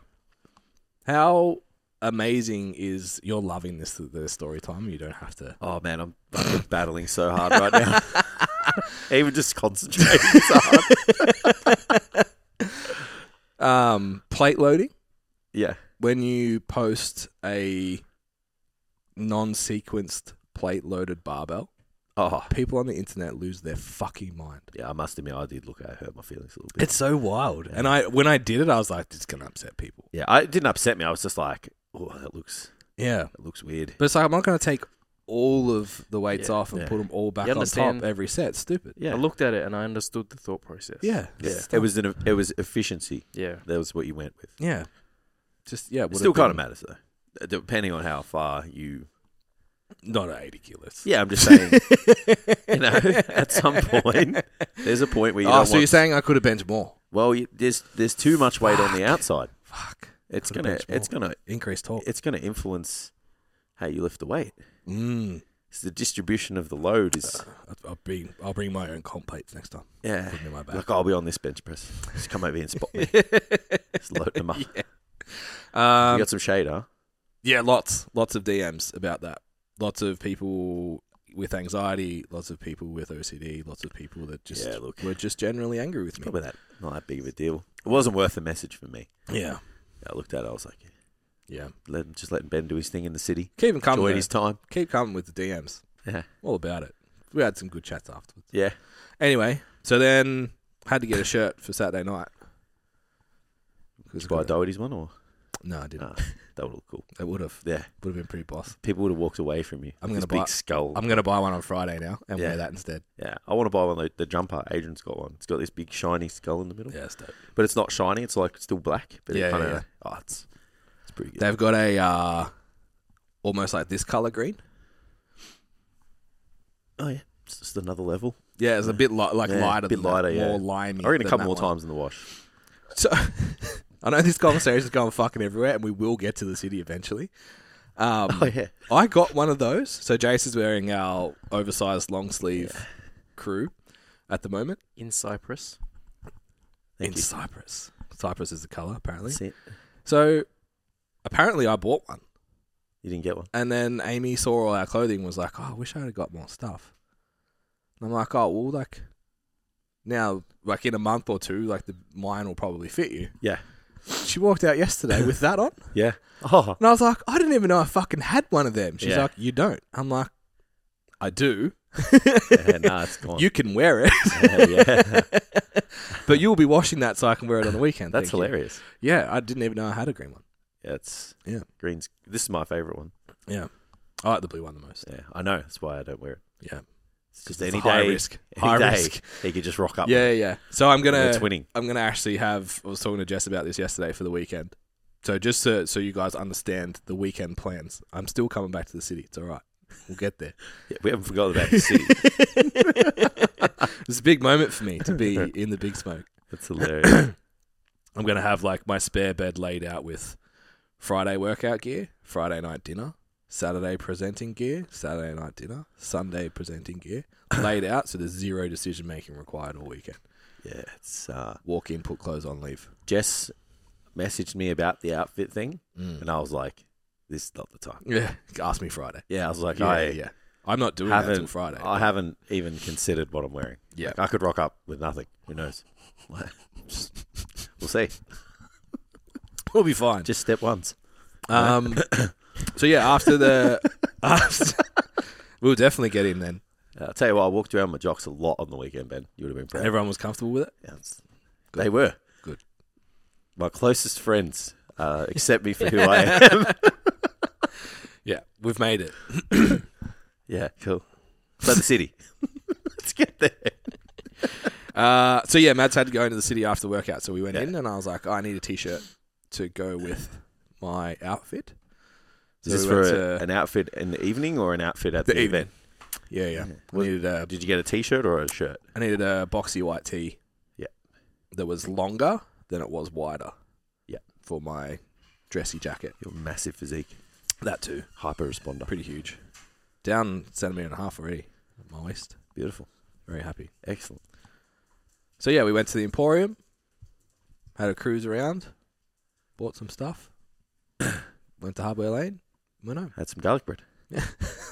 Speaker 2: how amazing is you're loving this the story time? You don't have to.
Speaker 1: Oh, man. I'm (laughs) fucking battling so hard right now. (laughs) Even just concentrating (laughs) is hard. (laughs)
Speaker 2: Um, plate loading
Speaker 1: Yeah.
Speaker 2: when you post a non-sequenced plate loaded barbell.
Speaker 1: Oh,
Speaker 2: People on the internet lose their fucking mind.
Speaker 1: yeah. I must admit, I did look at it, hurt my feelings a little bit.
Speaker 2: It's so wild. And I when I did it, I was like, "This is gonna upset people."
Speaker 1: yeah. I, it didn't upset me. I was just like, oh, that looks,
Speaker 2: Yeah,
Speaker 1: that looks weird.
Speaker 2: But it's like I'm not going to take all of the weights
Speaker 1: Yeah,
Speaker 2: off and
Speaker 1: yeah.
Speaker 2: put them all back
Speaker 3: You
Speaker 2: on top
Speaker 3: understand?
Speaker 2: every set. Stupid.
Speaker 1: Yeah.
Speaker 3: I looked at it and I understood the thought process.
Speaker 2: Yeah.
Speaker 1: yeah.
Speaker 2: Stop.
Speaker 1: It was, an, it was efficiency.
Speaker 3: Yeah.
Speaker 1: That was what you went with.
Speaker 2: Yeah. Just yeah.
Speaker 1: It still kind of matters, though. Depending on how far you.
Speaker 2: Not at 80 kilos.
Speaker 1: Yeah, I'm just
Speaker 2: (laughs)
Speaker 1: saying. you know, at some point, there's a point where you.
Speaker 2: oh,
Speaker 1: don't
Speaker 2: so
Speaker 1: want-
Speaker 2: you're saying I could have benched more?
Speaker 1: Well, you, there's there's too much weight on the outside.
Speaker 2: Fuck.
Speaker 1: It's
Speaker 2: Could've
Speaker 1: gonna
Speaker 2: benched
Speaker 1: it's
Speaker 2: more.
Speaker 1: gonna
Speaker 2: Increased torque.
Speaker 1: it's gonna influence how you lift the weight.
Speaker 2: Mm.
Speaker 1: It's the distribution of the load is
Speaker 2: I'll- I'll bring I'll bring my own comp plates next time.
Speaker 1: yeah.
Speaker 2: Put them in my bag.
Speaker 1: Like "Oh, I'll (laughs) be on this bench press. Just come over here and spot
Speaker 2: (laughs)
Speaker 1: me. Just load them up. You
Speaker 2: Um,
Speaker 1: got some shade, huh?
Speaker 2: Yeah, lots, lots of DMs about that. Lots of people with anxiety, lots of people with OCD, lots of people that just
Speaker 1: Yeah, look.
Speaker 2: were just generally angry with me.
Speaker 1: Probably that not that big of a deal. It wasn't worth the message for me.
Speaker 2: Yeah,
Speaker 1: I looked at it. I was like, yeah,
Speaker 2: yeah.
Speaker 1: let him, just letting Ben do his thing in the city.
Speaker 2: Keep them coming.
Speaker 1: Enjoyed
Speaker 2: though.
Speaker 1: his time.
Speaker 2: Keep coming with the DMs.
Speaker 1: Yeah,
Speaker 2: All about it. We had some good chats afterwards.
Speaker 1: yeah.
Speaker 2: Anyway, so then had to get a shirt for Saturday night.
Speaker 1: Did
Speaker 2: 'Cause
Speaker 1: you buy
Speaker 2: I couldn't-
Speaker 1: Doherty's one or
Speaker 2: No, I didn't.
Speaker 1: Ah. that would look cool.
Speaker 2: It would have
Speaker 1: Yeah,
Speaker 2: would have been pretty boss.
Speaker 1: people would have walked away from you.
Speaker 2: I'm
Speaker 1: with
Speaker 2: gonna
Speaker 1: this
Speaker 2: buy-
Speaker 1: big skull.
Speaker 2: I'm gonna buy one on Friday now and
Speaker 1: Yeah.
Speaker 2: wear that instead.
Speaker 1: Yeah, I want to buy one. Of the, the jumper Adrian's got one. It's got this big shiny skull in the middle,
Speaker 2: Yeah, it's dope.
Speaker 1: but it's not shiny. It's like still black. But
Speaker 2: Yeah,
Speaker 1: it kind of
Speaker 2: yeah, yeah.
Speaker 1: oh, it's it's pretty good.
Speaker 2: They've got a uh, almost like this color green.
Speaker 1: oh yeah, it's just another level.
Speaker 2: Yeah, it's a bit li- like
Speaker 1: Yeah,
Speaker 2: lighter,
Speaker 1: bit
Speaker 2: than that,
Speaker 1: lighter, yeah.
Speaker 2: more limey.
Speaker 1: I reckon
Speaker 2: than
Speaker 1: a couple
Speaker 2: that
Speaker 1: more
Speaker 2: one.
Speaker 1: times in the wash.
Speaker 2: (laughs) So, I know this conversation is going fucking everywhere, and we will get to the city eventually. Um,
Speaker 1: (laughs) Oh yeah,
Speaker 2: I got one of those. So Jace is wearing our oversized long sleeve crew at the moment
Speaker 3: In Cyprus.
Speaker 1: thank
Speaker 2: in
Speaker 1: you.
Speaker 2: Cyprus. Cyprus is the color apparently.
Speaker 1: That's it.
Speaker 2: So apparently, I bought one,
Speaker 1: You didn't
Speaker 2: (laughs)
Speaker 1: get one.
Speaker 2: and then Amy saw all our clothing and was like, "Oh, I wish I had got more stuff." And I'm like, "Oh, well, like now, like in a month or two, like the mine will probably fit you."
Speaker 1: Yeah,
Speaker 2: She walked out yesterday with that on.
Speaker 1: yeah. Oh,
Speaker 2: And I was like, I didn't even know I fucking had one of them. She's
Speaker 1: Yeah.
Speaker 2: like, You don't. I'm like, I do.
Speaker 1: (laughs) Yeah, nah, it's gone.
Speaker 2: (laughs) You can wear it,
Speaker 1: (laughs) yeah,
Speaker 2: (laughs)
Speaker 1: yeah.
Speaker 2: but you'll be washing that so I can wear it on the weekend.
Speaker 1: That's
Speaker 2: thank you.
Speaker 1: hilarious.
Speaker 2: Yeah, I didn't even know I had a green one.
Speaker 1: Yeah, it's
Speaker 2: Yeah.
Speaker 1: Greens. This is my favorite one.
Speaker 2: Yeah. I like the blue one the most.
Speaker 1: Yeah, I know. That's why I don't wear it.
Speaker 2: Yeah.
Speaker 1: It's just
Speaker 2: It's
Speaker 1: any
Speaker 2: a high
Speaker 1: day,
Speaker 2: risk.
Speaker 1: any
Speaker 2: High
Speaker 1: day,
Speaker 2: risk.
Speaker 1: he could just rock up.
Speaker 2: Yeah, yeah. So I'm
Speaker 1: with it.
Speaker 2: gonna
Speaker 1: They're twinning.
Speaker 2: I'm gonna actually have. I was talking to Jess about this yesterday for the weekend. So just so, so you guys understand the weekend plans, I'm still coming back to the city. It's all right. We'll get there.
Speaker 1: Yeah, we haven't forgotten about the city.
Speaker 2: (laughs) It's a big moment for me to be in the big smoke. (clears throat)
Speaker 1: That's hilarious. (coughs)
Speaker 2: I'm gonna have like my spare bed laid out with Friday workout gear, Friday night dinner, Saturday presenting gear, Saturday night dinner, Sunday presenting gear, laid out so there's zero decision making required all weekend.
Speaker 1: yeah, it's uh,
Speaker 2: Walk in, put clothes on, leave.
Speaker 1: Jess messaged me about the outfit thing,
Speaker 2: Mm.
Speaker 1: and I was like, "This is not the time."
Speaker 2: Yeah, (laughs) ask me Friday.
Speaker 1: Yeah, I was like,
Speaker 2: Yeah,
Speaker 1: I
Speaker 2: yeah. I'm not doing that until
Speaker 1: haven't, Ah,
Speaker 2: Friday.
Speaker 1: I haven't even considered what I'm wearing.
Speaker 2: Yeah.
Speaker 1: Like, I could rock up with nothing. Who knows? (laughs) Just- we'll see.
Speaker 2: we'll be fine.
Speaker 1: Just step once.
Speaker 2: Um, (coughs) so yeah, after
Speaker 1: (laughs)
Speaker 2: the, after, (laughs) we'll definitely get in then.
Speaker 1: Uh, I'll tell you what, I walked around my jocks a lot on the weekend, Ben. You would have been proud.
Speaker 2: Everyone was comfortable with it.
Speaker 1: Yeah, it's- They were.
Speaker 2: Good.
Speaker 1: My closest friends uh, accept me for who I
Speaker 2: (laughs)
Speaker 1: am. (laughs)
Speaker 2: Yeah, we've made it.
Speaker 1: yeah, cool. So the city. Let's get there.
Speaker 2: Uh, so yeah, Mads had to go into the city after the workout, so we went
Speaker 1: Yeah.
Speaker 2: in, and I was like, I need a t-shirt to go with my outfit. So
Speaker 1: Is this
Speaker 2: we
Speaker 1: for
Speaker 2: went
Speaker 1: a,
Speaker 2: to-
Speaker 1: an outfit in the evening or an outfit at the,
Speaker 2: The evening.
Speaker 1: event?
Speaker 2: yeah, yeah. I
Speaker 1: What-
Speaker 2: needed a,
Speaker 1: Did you get a t-shirt or a shirt?
Speaker 2: I needed a boxy white tee.
Speaker 1: Yeah.
Speaker 2: that was longer than it was wider.
Speaker 1: Yeah.
Speaker 2: for my dressy jacket.
Speaker 1: Your massive physique,
Speaker 2: That too.
Speaker 1: hyper responder,
Speaker 2: pretty huge. Down centimeter and a half already at my waist.
Speaker 1: beautiful,
Speaker 2: Very happy.
Speaker 1: excellent.
Speaker 2: So yeah, we went to the Emporium, had a cruise around, bought some stuff, (coughs) went to Hardware Lane, went home.
Speaker 1: Had some garlic bread.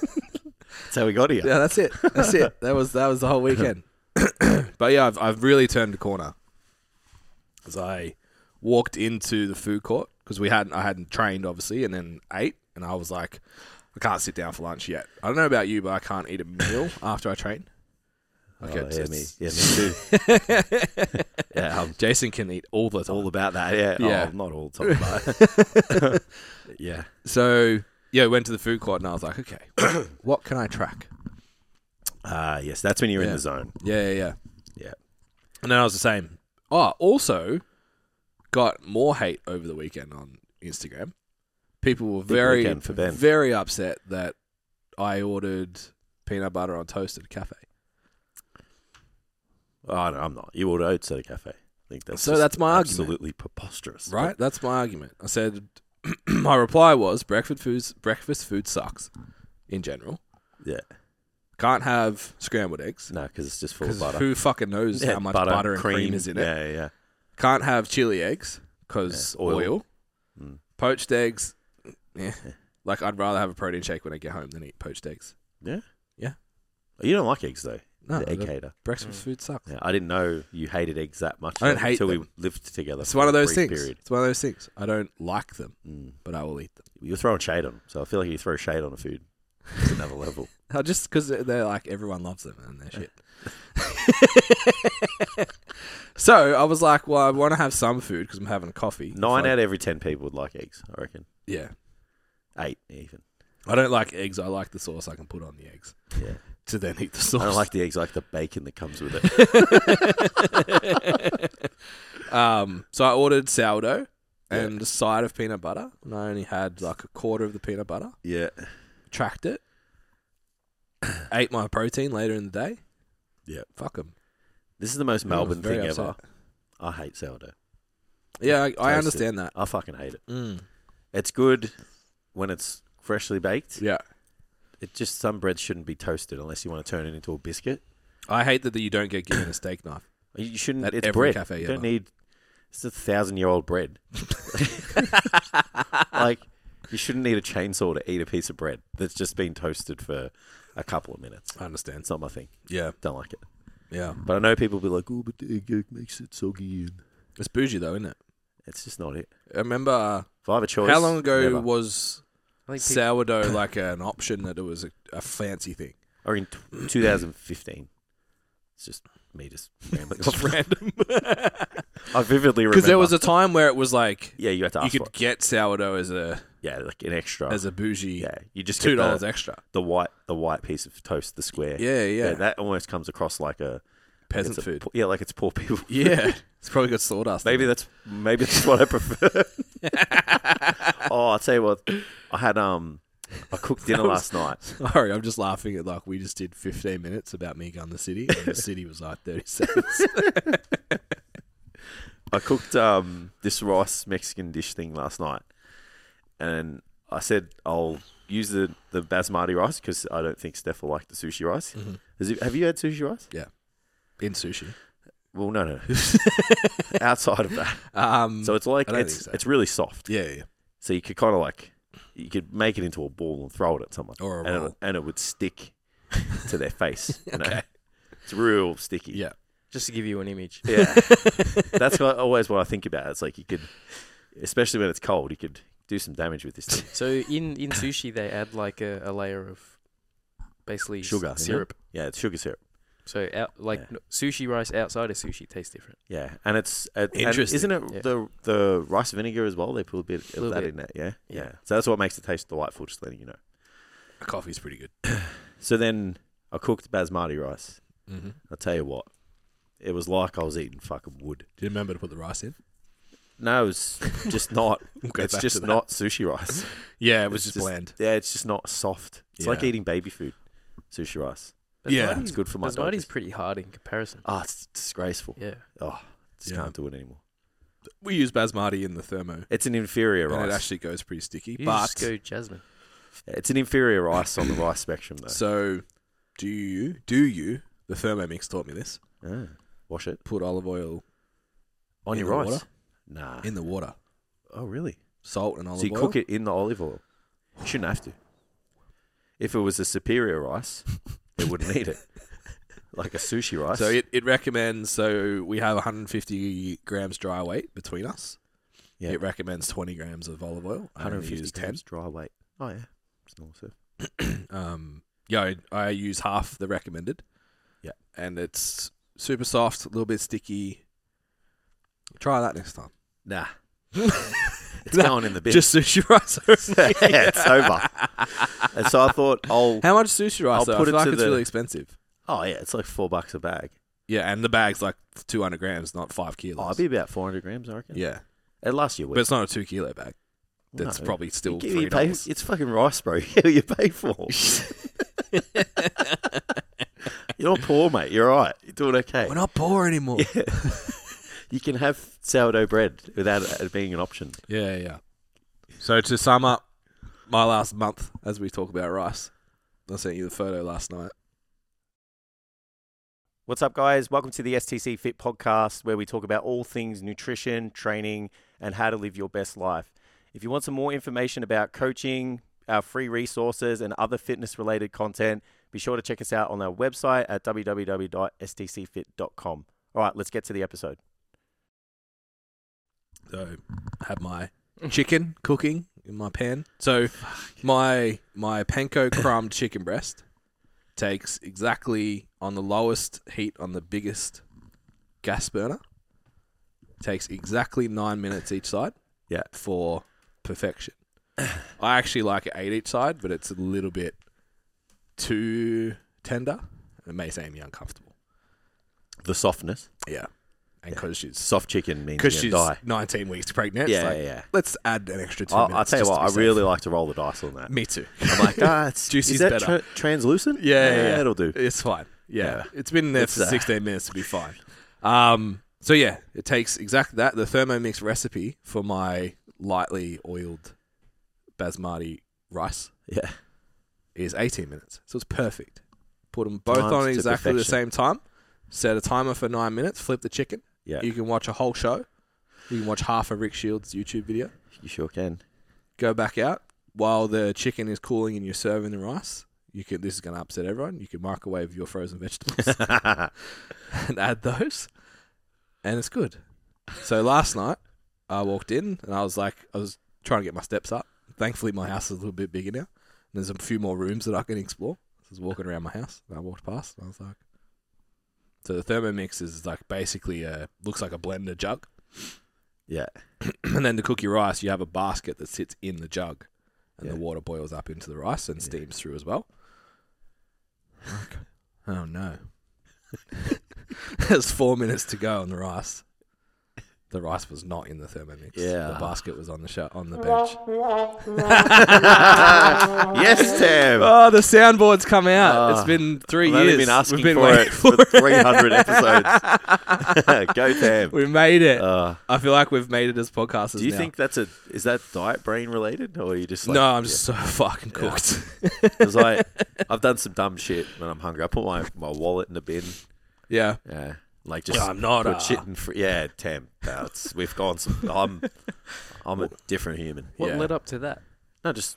Speaker 1: That's how we got here.
Speaker 2: Yeah, that's it. That's it. That was that was the whole weekend. (laughs) (clears throat) but yeah, I've I've really turned a corner. As I walked into the food court because we hadn't I hadn't trained obviously, and then ate, and I was like, I can't sit down for lunch yet. I don't know about you, but I can't eat a (laughs) meal after I train. Like,
Speaker 1: Oh,
Speaker 2: it's-
Speaker 1: yeah, me,
Speaker 2: it's-
Speaker 1: yeah, me
Speaker 2: (laughs)
Speaker 1: too. yeah, I'm
Speaker 2: Um, Jason can eat all the time.
Speaker 1: all about that. Yeah,
Speaker 2: Yeah.
Speaker 1: Oh, not all the time.
Speaker 2: (laughs)
Speaker 1: But yeah,
Speaker 2: So yeah, went to the food court and I was like, (coughs) okay, what can I track?
Speaker 1: ah, yes, that's when you're in
Speaker 2: Yeah.
Speaker 1: the zone.
Speaker 2: Yeah, yeah, yeah.
Speaker 1: Yeah.
Speaker 2: And then I was the same. Oh, also got more hate over the weekend on Instagram. People were very
Speaker 1: weekend for Ben.
Speaker 2: very upset that I ordered peanut butter on toast at a cafe.
Speaker 1: Oh no, I'm not. You order oats at a cafe. I think that's
Speaker 2: So
Speaker 1: just
Speaker 2: that's my argument.
Speaker 1: absolutely preposterous.
Speaker 2: Right? That's my argument. I said (clears throat) my reply was breakfast foods breakfast food sucks in general.
Speaker 1: Yeah.
Speaker 2: Can't have scrambled eggs.
Speaker 1: No, because it's just full of
Speaker 2: Because
Speaker 1: butter.
Speaker 2: who fucking knows
Speaker 1: yeah,
Speaker 2: how much butter, and cream, is in it?
Speaker 1: Yeah, yeah.
Speaker 2: Can't have chili eggs because
Speaker 1: Yeah,
Speaker 2: oil.
Speaker 1: oil. Mm.
Speaker 2: Poached eggs, yeah. Like I'd rather have a protein shake when I get home than eat poached eggs.
Speaker 1: You don't like eggs though.
Speaker 2: No,
Speaker 1: the egg
Speaker 2: the
Speaker 1: hater.
Speaker 2: breakfast
Speaker 3: Mm.
Speaker 2: food sucks.
Speaker 1: Yeah, I didn't know you hated eggs that much.
Speaker 2: I don't hate
Speaker 1: until we
Speaker 2: them.
Speaker 1: lived together.
Speaker 2: It's
Speaker 1: for
Speaker 2: one
Speaker 1: a
Speaker 2: of those
Speaker 1: brief
Speaker 2: things.
Speaker 1: Period.
Speaker 2: It's one of those things. I don't like them,
Speaker 1: Mm.
Speaker 2: but I will eat them.
Speaker 1: You're throwing shade on. 'em, So I feel like you throw shade on a food. It's another level.
Speaker 2: I just because they're like everyone loves them and they're shit. (laughs) so I was like, well, I want to have some food because I'm having coffee.
Speaker 1: Nine
Speaker 2: If I-
Speaker 1: out of every ten people would like eggs. I reckon
Speaker 2: yeah.
Speaker 1: eight even.
Speaker 2: I don't like eggs. I like the sauce I can put on the eggs (laughs)
Speaker 1: Yeah.
Speaker 2: to then eat the
Speaker 1: I
Speaker 2: sauce.
Speaker 1: don't like the eggs. I like the bacon that comes with it.
Speaker 2: (laughs) Um, so I ordered sourdough and a side of peanut butter, and I only had like a quarter of the peanut butter.
Speaker 1: yeah.
Speaker 2: Tracked it. ate my protein later in the day.
Speaker 1: Yeah.
Speaker 2: Fuck them.
Speaker 1: This is the most Mm, Melbourne thing ever. I hate sourdough.
Speaker 2: Yeah, I, I
Speaker 1: Tasted.
Speaker 2: understand that.
Speaker 1: I fucking hate it.
Speaker 2: Mm.
Speaker 1: It's good when it's freshly baked.
Speaker 2: Yeah,
Speaker 1: It just some bread shouldn't be toasted unless you want to turn it into a biscuit.
Speaker 2: I hate that, that you don't get given a steak knife.
Speaker 1: You shouldn't.
Speaker 2: At
Speaker 1: Mm, it's
Speaker 2: every
Speaker 1: bread.
Speaker 2: cafe
Speaker 1: you don't
Speaker 2: (laughs) ever.
Speaker 1: need. It's a thousand year old
Speaker 2: (laughs)
Speaker 1: bread. like you shouldn't need a chainsaw to eat a piece of bread that's just been toasted for a couple of minutes.
Speaker 2: I understand.
Speaker 1: It's not my thing.
Speaker 2: Yeah,
Speaker 1: Don't like it.
Speaker 2: yeah.
Speaker 1: But I know people be like, "Oh, but the egg yolk makes it soggy." And
Speaker 2: It's bougie though, isn't it?
Speaker 1: it's just not it.
Speaker 2: I remember uh,
Speaker 1: If I have a choice,
Speaker 2: how long ago
Speaker 1: never.
Speaker 2: was
Speaker 3: I think
Speaker 1: (laughs)
Speaker 3: people,
Speaker 2: sourdough like an option that it was a, a fancy thing?
Speaker 1: or in
Speaker 2: (coughs)
Speaker 1: t- 2015. It's just me just rambling.
Speaker 2: Just random.
Speaker 1: (laughs)
Speaker 2: (laughs)
Speaker 1: I vividly remember
Speaker 2: Because there was a time where it was like
Speaker 1: yeah, you had to
Speaker 2: you
Speaker 1: ask for
Speaker 2: could
Speaker 1: it.
Speaker 2: get sourdough as a
Speaker 1: yeah, like an extra
Speaker 2: as a bougie
Speaker 1: yeah. You just
Speaker 2: two
Speaker 1: get
Speaker 2: dollars
Speaker 1: the,
Speaker 2: extra.
Speaker 1: the white the white piece of toast, the square.
Speaker 2: Yeah, yeah.
Speaker 1: that almost comes across like a
Speaker 2: Peasant
Speaker 1: it's a
Speaker 2: food.
Speaker 1: po- yeah, like it's poor people. (laughs) food.
Speaker 2: yeah, (laughs) it's probably got sawdust. in
Speaker 1: Maybe
Speaker 2: it.
Speaker 1: that's maybe that's what I
Speaker 2: (laughs)
Speaker 1: prefer. oh, I'll tell you what. I had um I cooked dinner
Speaker 2: That was-
Speaker 1: last night.
Speaker 2: Sorry, I'm just laughing at like we just did 15 minutes about me gun the city, and the city was like 30
Speaker 1: (laughs)
Speaker 2: seconds.
Speaker 1: I cooked um this rice Mexican dish thing last night. And I said I'll use the, the basmati rice because I don't think Steph will like the sushi rice. Has you- have you had sushi rice? (laughs)
Speaker 2: in sushi.
Speaker 1: Well, no, no.
Speaker 2: (laughs)
Speaker 1: Outside of that,
Speaker 2: Um,
Speaker 1: so it's like
Speaker 2: I don't
Speaker 1: it's
Speaker 2: think so.
Speaker 1: it's really soft.
Speaker 2: yeah, yeah,
Speaker 1: So you could kind of like you could make it into a ball and throw it at someone,
Speaker 2: Or a
Speaker 1: and, it,
Speaker 2: roll.
Speaker 1: and it would stick to their
Speaker 2: (laughs)
Speaker 1: face. You know? It's real sticky.
Speaker 2: yeah.
Speaker 3: Just to give you an image.
Speaker 2: (laughs)
Speaker 1: Yeah. That's what, always what I think about. It's like you could, especially when it's cold, you could do some damage with this thing.
Speaker 3: So in, in sushi, they add like a, a layer of basically s-
Speaker 1: Sugar, isn't it?
Speaker 3: syrup.
Speaker 1: Yeah, it's sugar syrup.
Speaker 3: So out, like
Speaker 1: Yeah.
Speaker 3: n- sushi rice outside of sushi tastes different.
Speaker 1: Yeah, and it's it, and
Speaker 2: Interesting.
Speaker 1: isn't it
Speaker 3: Yeah.
Speaker 1: the the rice vinegar as well? They put a bit of
Speaker 3: Little
Speaker 1: that
Speaker 3: bit.
Speaker 1: in it. Yeah?
Speaker 3: Yeah.
Speaker 1: yeah, So that's what makes it taste delightful. Just letting you know.
Speaker 2: Coffee's pretty good.
Speaker 1: So then I cooked basmati rice.
Speaker 2: Mm-hmm. Do
Speaker 1: I'll tell you what, it was like I was eating fucking wood.
Speaker 2: you remember to put the rice in?
Speaker 1: No, it's (laughs) just not.
Speaker 2: (laughs) We'll go
Speaker 1: it's
Speaker 2: back to
Speaker 1: just
Speaker 2: that.
Speaker 1: not sushi
Speaker 2: (laughs)
Speaker 1: rice.
Speaker 2: Yeah, it was
Speaker 1: It's
Speaker 2: just bland.
Speaker 1: Yeah, it's just not soft. It's like
Speaker 2: Yeah.
Speaker 1: eating baby food, sushi rice.
Speaker 2: Yeah.
Speaker 1: It's good for my
Speaker 3: Basmati's
Speaker 1: doggies.
Speaker 3: pretty hard in comparison.
Speaker 1: Ah, it's disgraceful.
Speaker 3: Yeah.
Speaker 1: Just
Speaker 2: Yeah.
Speaker 1: can't do it anymore.
Speaker 2: We use basmati in the thermo,
Speaker 1: It's an inferior
Speaker 2: and it
Speaker 1: rice.
Speaker 2: actually goes pretty sticky.
Speaker 3: You
Speaker 2: but
Speaker 3: just go jasmine.
Speaker 1: it's an inferior rice on the rice spectrum, though.
Speaker 2: so, do you? Do you? The Thermomix taught me this.
Speaker 1: Ah, wash it
Speaker 2: Put olive oil
Speaker 1: on
Speaker 2: In
Speaker 1: your
Speaker 2: the
Speaker 1: rice.
Speaker 2: water?
Speaker 1: Nah.
Speaker 2: in the water,
Speaker 1: oh, really?
Speaker 2: salt and olive
Speaker 1: so you
Speaker 2: oil.
Speaker 1: cook it in the olive oil. You shouldn't have to. If it was a superior
Speaker 2: (laughs)
Speaker 1: rice, they wouldn't eat it. Like a sushi rice.
Speaker 2: So it, it recommends. So we have 150 grams dry weight between us.
Speaker 1: Yeah.
Speaker 2: It recommends 20 grams of olive oil. I only
Speaker 1: 150
Speaker 2: use 10.
Speaker 1: grams dry weight. Oh yeah, it's normal stuff.
Speaker 2: Um, yeah, I, I use half the recommended.
Speaker 1: Yeah.
Speaker 2: and it's super soft, a little bit sticky. Try that next time.
Speaker 1: Nah, (laughs) it's
Speaker 2: Nah,
Speaker 1: going in the bin.
Speaker 2: Just sushi rice.
Speaker 1: (laughs) Yeah, it's over. And so I thought, oh,
Speaker 2: (laughs) How much sushi rice?
Speaker 1: I'll
Speaker 2: though?
Speaker 1: put
Speaker 2: I
Speaker 1: it
Speaker 2: feel like
Speaker 1: to
Speaker 2: it's
Speaker 1: the-
Speaker 2: really expensive.
Speaker 1: oh yeah, it's like four bucks a bag.
Speaker 2: Yeah, and the bag's like 200 grams, not five kilos.
Speaker 1: Oh, it'd be about four hundred grams, I reckon.
Speaker 2: yeah,
Speaker 1: it lasts you a week.
Speaker 2: but it's not a two kilo bag. That's
Speaker 1: No.
Speaker 2: probably
Speaker 1: You
Speaker 2: still
Speaker 1: get-
Speaker 2: three
Speaker 1: you pay-
Speaker 2: dollars.
Speaker 1: It's fucking rice, bro. (laughs) What you pay
Speaker 2: (laughs)
Speaker 1: for? You're not poor, mate. You're all right. You're doing okay.
Speaker 2: We're not poor anymore.
Speaker 1: (laughs) You can have sourdough bread without it being an option.
Speaker 2: Yeah, yeah. So to sum up, my last month as we talk about rice, I sent you the photo last night.
Speaker 1: What's up, guys? Welcome to the STC Fit podcast, where we talk about all things nutrition, training, and how to live your best life. If you want some more information about coaching, our free resources, and other fitness related content, be sure to check us out on our website at www.stcfit.com. All right, let's get to the episode.
Speaker 2: So I had my chicken cooking in my pan. So my my panko (coughs) crumbed chicken breast takes exactly on the lowest heat on the biggest gas burner. Takes exactly nine minutes each side.
Speaker 1: Yeah.
Speaker 2: For perfection. (coughs) I actually like it eight each side, but it's a little bit too tender. It may seem uncomfortable.
Speaker 1: The softness.
Speaker 2: Yeah. And because she's
Speaker 1: Soft chicken means
Speaker 2: because
Speaker 1: you
Speaker 2: she's
Speaker 1: die.
Speaker 2: 19 weeks pregnant. it's
Speaker 1: Yeah,
Speaker 2: like,
Speaker 1: yeah, yeah.
Speaker 2: Let's add an extra two
Speaker 1: I'll, I'll
Speaker 2: minutes.
Speaker 1: tell you
Speaker 2: just
Speaker 1: what,
Speaker 2: to
Speaker 1: I
Speaker 2: be safe.
Speaker 1: really like to roll the dice
Speaker 2: (laughs)
Speaker 1: on that. (laughs)
Speaker 2: Me too.
Speaker 1: I'm like, ah, it's
Speaker 2: Juicy's
Speaker 1: is that
Speaker 2: better.
Speaker 1: tra- translucent?
Speaker 2: Yeah, yeah, yeah.
Speaker 1: it'll do.
Speaker 2: It's fine. Yeah.
Speaker 1: Yeah.
Speaker 2: It's been in there
Speaker 1: It's,
Speaker 2: for
Speaker 1: uh,
Speaker 2: 16 minutes to be fine. Um, so, yeah, it takes exactly that. The Thermomix recipe for my lightly oiled basmati rice
Speaker 1: Yeah,
Speaker 2: is 18 minutes. So it's perfect. Put them both
Speaker 1: Timed
Speaker 2: on
Speaker 1: to
Speaker 2: at exactly the
Speaker 1: perfection.
Speaker 2: same time. Set a timer for nine minutes. Flip the chicken.
Speaker 1: yeah.
Speaker 2: You
Speaker 1: You,
Speaker 2: can watch a whole show. You can watch half of Rick Shields' YouTube video.
Speaker 1: sure can.
Speaker 2: (laughs)
Speaker 1: (laughs)
Speaker 2: go back out while the chicken is cooling and you're serving the rice. You can. This is going to upset everyone. You can microwave your
Speaker 1: (laughs)
Speaker 2: frozen vegetables and add those, and it's good. So last night I walked in and I was like, I was trying to get my steps up. Thankfully, my house is a little bit bigger now. And there's a few more rooms that I can explore. So was walking around my house and I walked past and I was like, so the Thermomix is like basically a looks like a blender jug,
Speaker 1: Yeah.
Speaker 2: (clears throat) and then to cook your rice, you have a basket that sits in the jug, and the
Speaker 1: Yeah.
Speaker 2: water boils up into the rice and
Speaker 1: Yeah.
Speaker 2: steams through as well. Oh no! (laughs) There's four minutes to go on the rice. The rice was not in the Thermomix.
Speaker 1: Yeah.
Speaker 2: the basket was on the sho- on the bench.
Speaker 1: (laughs) yes, Tim.
Speaker 2: Oh, the soundboard's come out.
Speaker 1: Ah.
Speaker 2: it's been 3
Speaker 1: I've only
Speaker 2: years.
Speaker 1: been asking
Speaker 2: We've been
Speaker 1: for
Speaker 2: (laughs) waiting
Speaker 1: it for 300 episodes. Go, Tim.
Speaker 2: We made it.
Speaker 1: Uh,
Speaker 2: I feel like we've made it as podcasters.
Speaker 1: do you
Speaker 2: now.
Speaker 1: think that's a is that diet brain related or are you just like
Speaker 2: no, I'm just so (laughs) fucking
Speaker 1: Yeah.
Speaker 2: cooked. (laughs)
Speaker 1: because I I've done some dumb shit when I'm hungry. I put my, my wallet in the bin.
Speaker 2: Yeah.
Speaker 1: Yeah, like just
Speaker 2: Yeah, I'm not,
Speaker 1: put
Speaker 2: uh,
Speaker 1: shit in. Fr- yeah, Tim. That's we've gone some. I'm I'm a different human.
Speaker 3: What
Speaker 2: Yeah.
Speaker 3: led up to that?
Speaker 1: No, just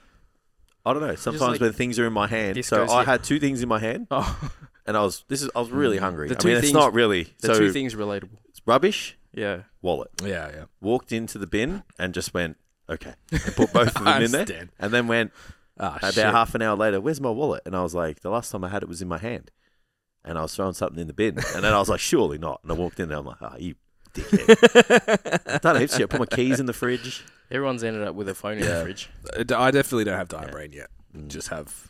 Speaker 1: I don't know. Sometimes
Speaker 3: like,
Speaker 1: when things are in my hand,
Speaker 3: this
Speaker 1: so
Speaker 3: goes
Speaker 1: I
Speaker 3: here.
Speaker 1: had two things in my hand,
Speaker 3: Oh,
Speaker 1: and I was this is I was really hungry.
Speaker 3: The
Speaker 1: I
Speaker 3: two
Speaker 1: mean, it's
Speaker 3: things-
Speaker 1: not really
Speaker 3: the
Speaker 1: so
Speaker 3: two things relatable.
Speaker 1: it's rubbish
Speaker 3: Yeah.
Speaker 1: wallet.
Speaker 2: Yeah, yeah.
Speaker 1: Walked into the bin and just went okay, and put
Speaker 2: (laughs)
Speaker 1: both of them in there,
Speaker 2: Understand.
Speaker 1: and then went
Speaker 2: Ah,
Speaker 1: about
Speaker 2: shit.
Speaker 1: half an hour later, where's my wallet? And I was like, the last time I had it was in my hand. And I was throwing something in the bin. And then I was like, surely not. And I walked in and I'm like, ah, you dickhead.
Speaker 2: (laughs)
Speaker 1: I've done heaps of shit. I put my keys in the fridge.
Speaker 3: Everyone's ended up with a phone in the
Speaker 1: (laughs)
Speaker 3: fridge.
Speaker 2: I d- I definitely don't have diet
Speaker 1: Yeah.
Speaker 2: brain yet. Just have.
Speaker 1: Mm.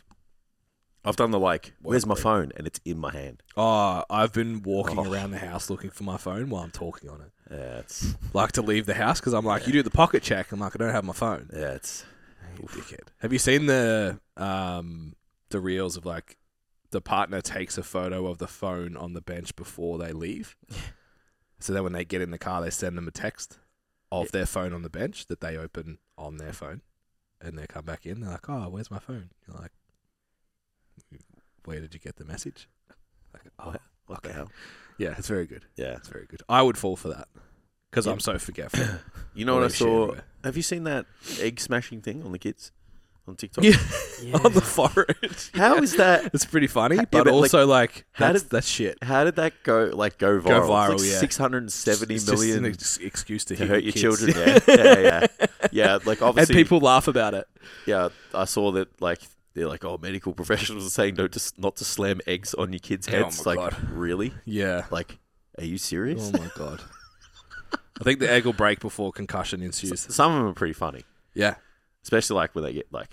Speaker 1: I've done the like, where's my
Speaker 2: Work.
Speaker 1: phone? And it's in my hand.
Speaker 2: Oh, I've been walking
Speaker 1: Oh.
Speaker 2: around the house looking for my phone while I'm
Speaker 1: (laughs)
Speaker 2: talking on it.
Speaker 1: Yeah, it's,
Speaker 2: Like to leave the house because I'm like, you do the pocket check. I'm like, I don't have my phone.
Speaker 1: yeah, it's,
Speaker 2: You dickhead. Have you seen the um the reels of like the partner takes a photo of the phone on the bench before they
Speaker 1: (laughs)
Speaker 2: leave? so then when they get in the car, they send them a text of their phone on the bench that they open on their phone, and they come back in. They're like, "Oh, where's my phone?" You're like, "Where did you get the message?" Like,
Speaker 1: (laughs)
Speaker 2: oh,
Speaker 1: What? what the
Speaker 2: Okay.
Speaker 1: hell?
Speaker 2: yeah, it's very good.
Speaker 1: Yeah.
Speaker 2: It's very good. I would fall for that because
Speaker 1: Yeah.
Speaker 2: I'm so forgetful.
Speaker 1: You know what I
Speaker 2: Leave shit
Speaker 1: saw?
Speaker 2: everywhere.
Speaker 1: Have you seen that egg smashing thing on the kids on TikTok?
Speaker 2: Yeah.
Speaker 3: Yeah.
Speaker 2: (laughs) on the forehead.
Speaker 1: (laughs) How is that?
Speaker 2: It's pretty funny,
Speaker 1: Yeah,
Speaker 2: but,
Speaker 1: but, like,
Speaker 2: also like,
Speaker 1: how
Speaker 2: that's,
Speaker 1: did-
Speaker 2: that's shit.
Speaker 1: How did that go? Like go viral? it's
Speaker 2: viral,
Speaker 1: like
Speaker 2: yeah.
Speaker 1: 670
Speaker 2: It's just
Speaker 1: million
Speaker 2: an ex- excuse to,
Speaker 1: to
Speaker 2: hit
Speaker 1: hurt your
Speaker 2: kids.
Speaker 1: children.
Speaker 2: (laughs)
Speaker 1: Yeah, yeah, yeah, yeah. Like
Speaker 2: and
Speaker 1: obviously,
Speaker 2: people laugh about it.
Speaker 1: yeah, I saw that like they're like, oh, medical (laughs) professionals are saying no, just not to slam eggs on your kids'
Speaker 2: Yeah, oh
Speaker 1: heads.
Speaker 2: my
Speaker 1: like,
Speaker 2: God.
Speaker 1: really?
Speaker 2: Yeah.
Speaker 1: Like, are you serious?
Speaker 2: Oh my god. I think the egg will break before
Speaker 1: (laughs)
Speaker 2: concussion ensues.
Speaker 1: Some of them are pretty funny,
Speaker 2: Yeah.
Speaker 1: especially like when they get like,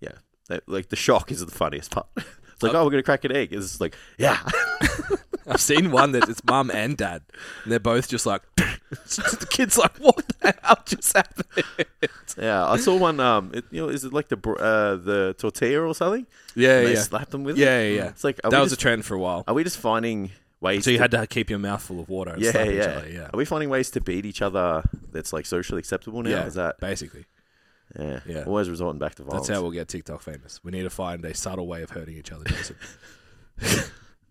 Speaker 1: yeah, they, like the shock is the funniest part. (laughs) It's
Speaker 2: Uh,
Speaker 1: like, oh, we're gonna crack an egg. It's just like, yeah,
Speaker 2: I've seen one that it's mum and dad, and they're both just like, (laughs) the kid's like, what the hell just happened? (laughs)
Speaker 1: yeah. I saw one. Um, it, you know, is it like the br- uh, the tortilla or something?
Speaker 2: Yeah,
Speaker 1: And they
Speaker 2: yeah.
Speaker 1: slapped them with. it?
Speaker 2: Yeah, yeah, yeah.
Speaker 1: It's like, are,
Speaker 2: That
Speaker 1: we
Speaker 2: was a
Speaker 1: just,
Speaker 2: trend for a while.
Speaker 1: are we just finding ways?
Speaker 2: So you
Speaker 1: to
Speaker 2: had to keep your mouth full of water and
Speaker 1: yeah,
Speaker 2: slap
Speaker 1: yeah.
Speaker 2: each other. Yeah.
Speaker 1: Are we finding ways to beat each other that's like socially acceptable now?
Speaker 2: Yeah.
Speaker 1: Is that
Speaker 2: Basically.
Speaker 1: yeah.
Speaker 2: Yeah.
Speaker 1: Always resorting back to violence.
Speaker 2: That's how we'll get TikTok famous. We need to find a subtle way of hurting
Speaker 1: (laughs)
Speaker 2: each other, Jason.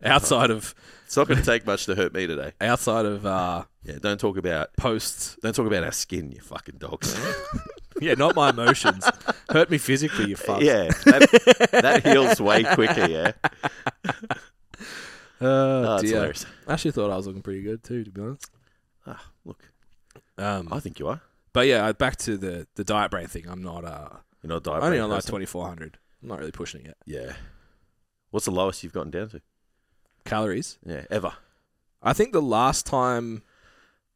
Speaker 2: outside of
Speaker 1: it's not going to take much to hurt me today.
Speaker 2: outside of uh,
Speaker 1: Yeah. Don't talk about
Speaker 2: posts.
Speaker 1: don't talk about our skin, you fucking dogs.
Speaker 2: (laughs) Yeah, not my emotions. Hurt me physically, you fuck.
Speaker 1: yeah. That, that heals way quicker. Yeah.
Speaker 2: (laughs) Oh,
Speaker 1: Oh, that's
Speaker 2: dear.
Speaker 1: hilarious.
Speaker 2: I actually thought I was looking pretty good too, to be honest.
Speaker 1: Ah, look, I
Speaker 2: Um,
Speaker 1: think you are.
Speaker 2: but yeah, uh, back to the the diet brain thing. I'm not. Uh,
Speaker 1: You're not diet.
Speaker 2: only
Speaker 1: brain
Speaker 2: on like
Speaker 1: person.
Speaker 2: 2400. I'm not really pushing it yet.
Speaker 1: Yeah. What's the lowest you've gotten down to?
Speaker 2: Calories.
Speaker 1: Yeah. Ever.
Speaker 2: I think the last time,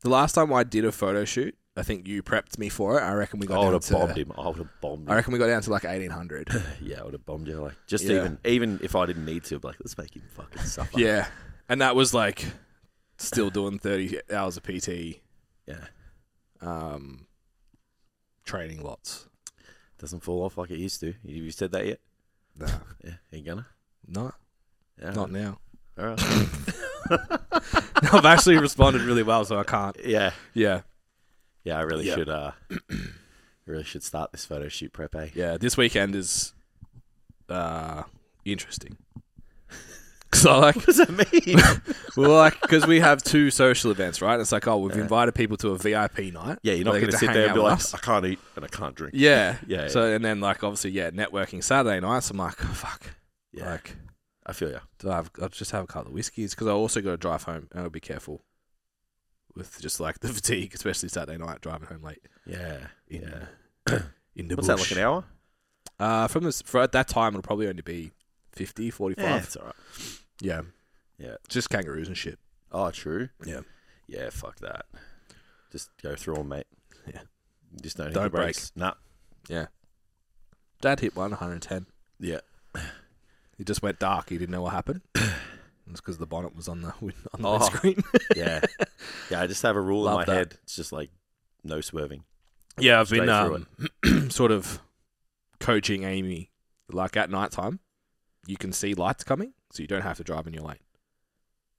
Speaker 2: the last time I did a photo shoot, I think you prepped me for it. I reckon we
Speaker 1: I
Speaker 2: got
Speaker 1: would
Speaker 2: down
Speaker 1: have
Speaker 2: to.
Speaker 1: bombed him. I would have bombed
Speaker 2: I
Speaker 1: him.
Speaker 2: reckon we got down to
Speaker 1: (laughs)
Speaker 2: like 1800.
Speaker 1: Yeah, I would have bombed you. Like just
Speaker 2: Yeah.
Speaker 1: even even if I didn't need to, I'd be like let's make him fucking suffer.
Speaker 2: Yeah, and that was like still doing thirty hours of PT,
Speaker 1: Yeah.
Speaker 2: um, training lots.
Speaker 1: Doesn't fall off like it used to. You, you said that yet?
Speaker 2: No,
Speaker 1: Yeah. Ain't gonna.
Speaker 2: no,
Speaker 1: Yeah.
Speaker 2: not now.
Speaker 1: All right.
Speaker 2: (laughs) I've actually responded really well, so I can't.
Speaker 1: (laughs) yeah.
Speaker 2: Yeah,
Speaker 1: Yeah, I really
Speaker 2: Yeah.
Speaker 1: should uh really should start this photo shoot prep,
Speaker 2: (laughs)
Speaker 1: eh?
Speaker 2: yeah. This weekend is uh interesting. (laughs) Cause I like,
Speaker 1: What does that mean?
Speaker 2: well, like, cause we have two social events, right? It's like, oh, we've
Speaker 1: Yeah.
Speaker 2: invited people to a VIP night.
Speaker 1: (laughs) yeah, you're not
Speaker 2: They get
Speaker 1: gonna
Speaker 2: to
Speaker 1: sit
Speaker 2: hang
Speaker 1: there and
Speaker 2: out
Speaker 1: be
Speaker 2: with
Speaker 1: like,
Speaker 2: us.
Speaker 1: I can't eat and I can't drink.
Speaker 2: yeah,
Speaker 1: Yeah,
Speaker 2: So and then like obviously, yeah, networking Saturday nights. I'm like, oh, fuck,
Speaker 1: Yeah.
Speaker 2: like.
Speaker 1: I feel you.
Speaker 2: do I have, I'll just have a couple of whiskeys because I also got to drive home and I'll be careful with just like the (laughs) fatigue, especially Saturday night driving home late.
Speaker 1: Yeah.
Speaker 2: In,
Speaker 1: Yeah.
Speaker 2: (coughs) in the
Speaker 1: What's
Speaker 2: bush.
Speaker 1: that like an hour?
Speaker 2: Uh, from this for at that time it'll probably only be 50, 45.
Speaker 1: Yeah, it's all right.
Speaker 2: Yeah.
Speaker 1: Yeah.
Speaker 2: Just kangaroos and shit.
Speaker 1: Oh, true.
Speaker 2: Yeah.
Speaker 1: Yeah, fuck that. Just go through them, mate.
Speaker 2: Yeah.
Speaker 1: Just don't, hit
Speaker 2: Don't
Speaker 1: the brakes.
Speaker 2: (laughs)
Speaker 1: Nah.
Speaker 2: Dad hit one, 110.
Speaker 1: Yeah.
Speaker 2: It just went dark. He didn't know what happened. (coughs) It's because the bonnet was on the win- on the
Speaker 1: Oh.
Speaker 2: windscreen.
Speaker 1: Yeah. yeah, I just have a rule
Speaker 2: Love
Speaker 1: in my
Speaker 2: that.
Speaker 1: head. It's just like no swerving.
Speaker 2: Yeah, I've been
Speaker 1: Straight
Speaker 2: um, (clears throat) sort of coaching Amy. Like at night time, you can see lights coming, so you don't have to drive in your lane.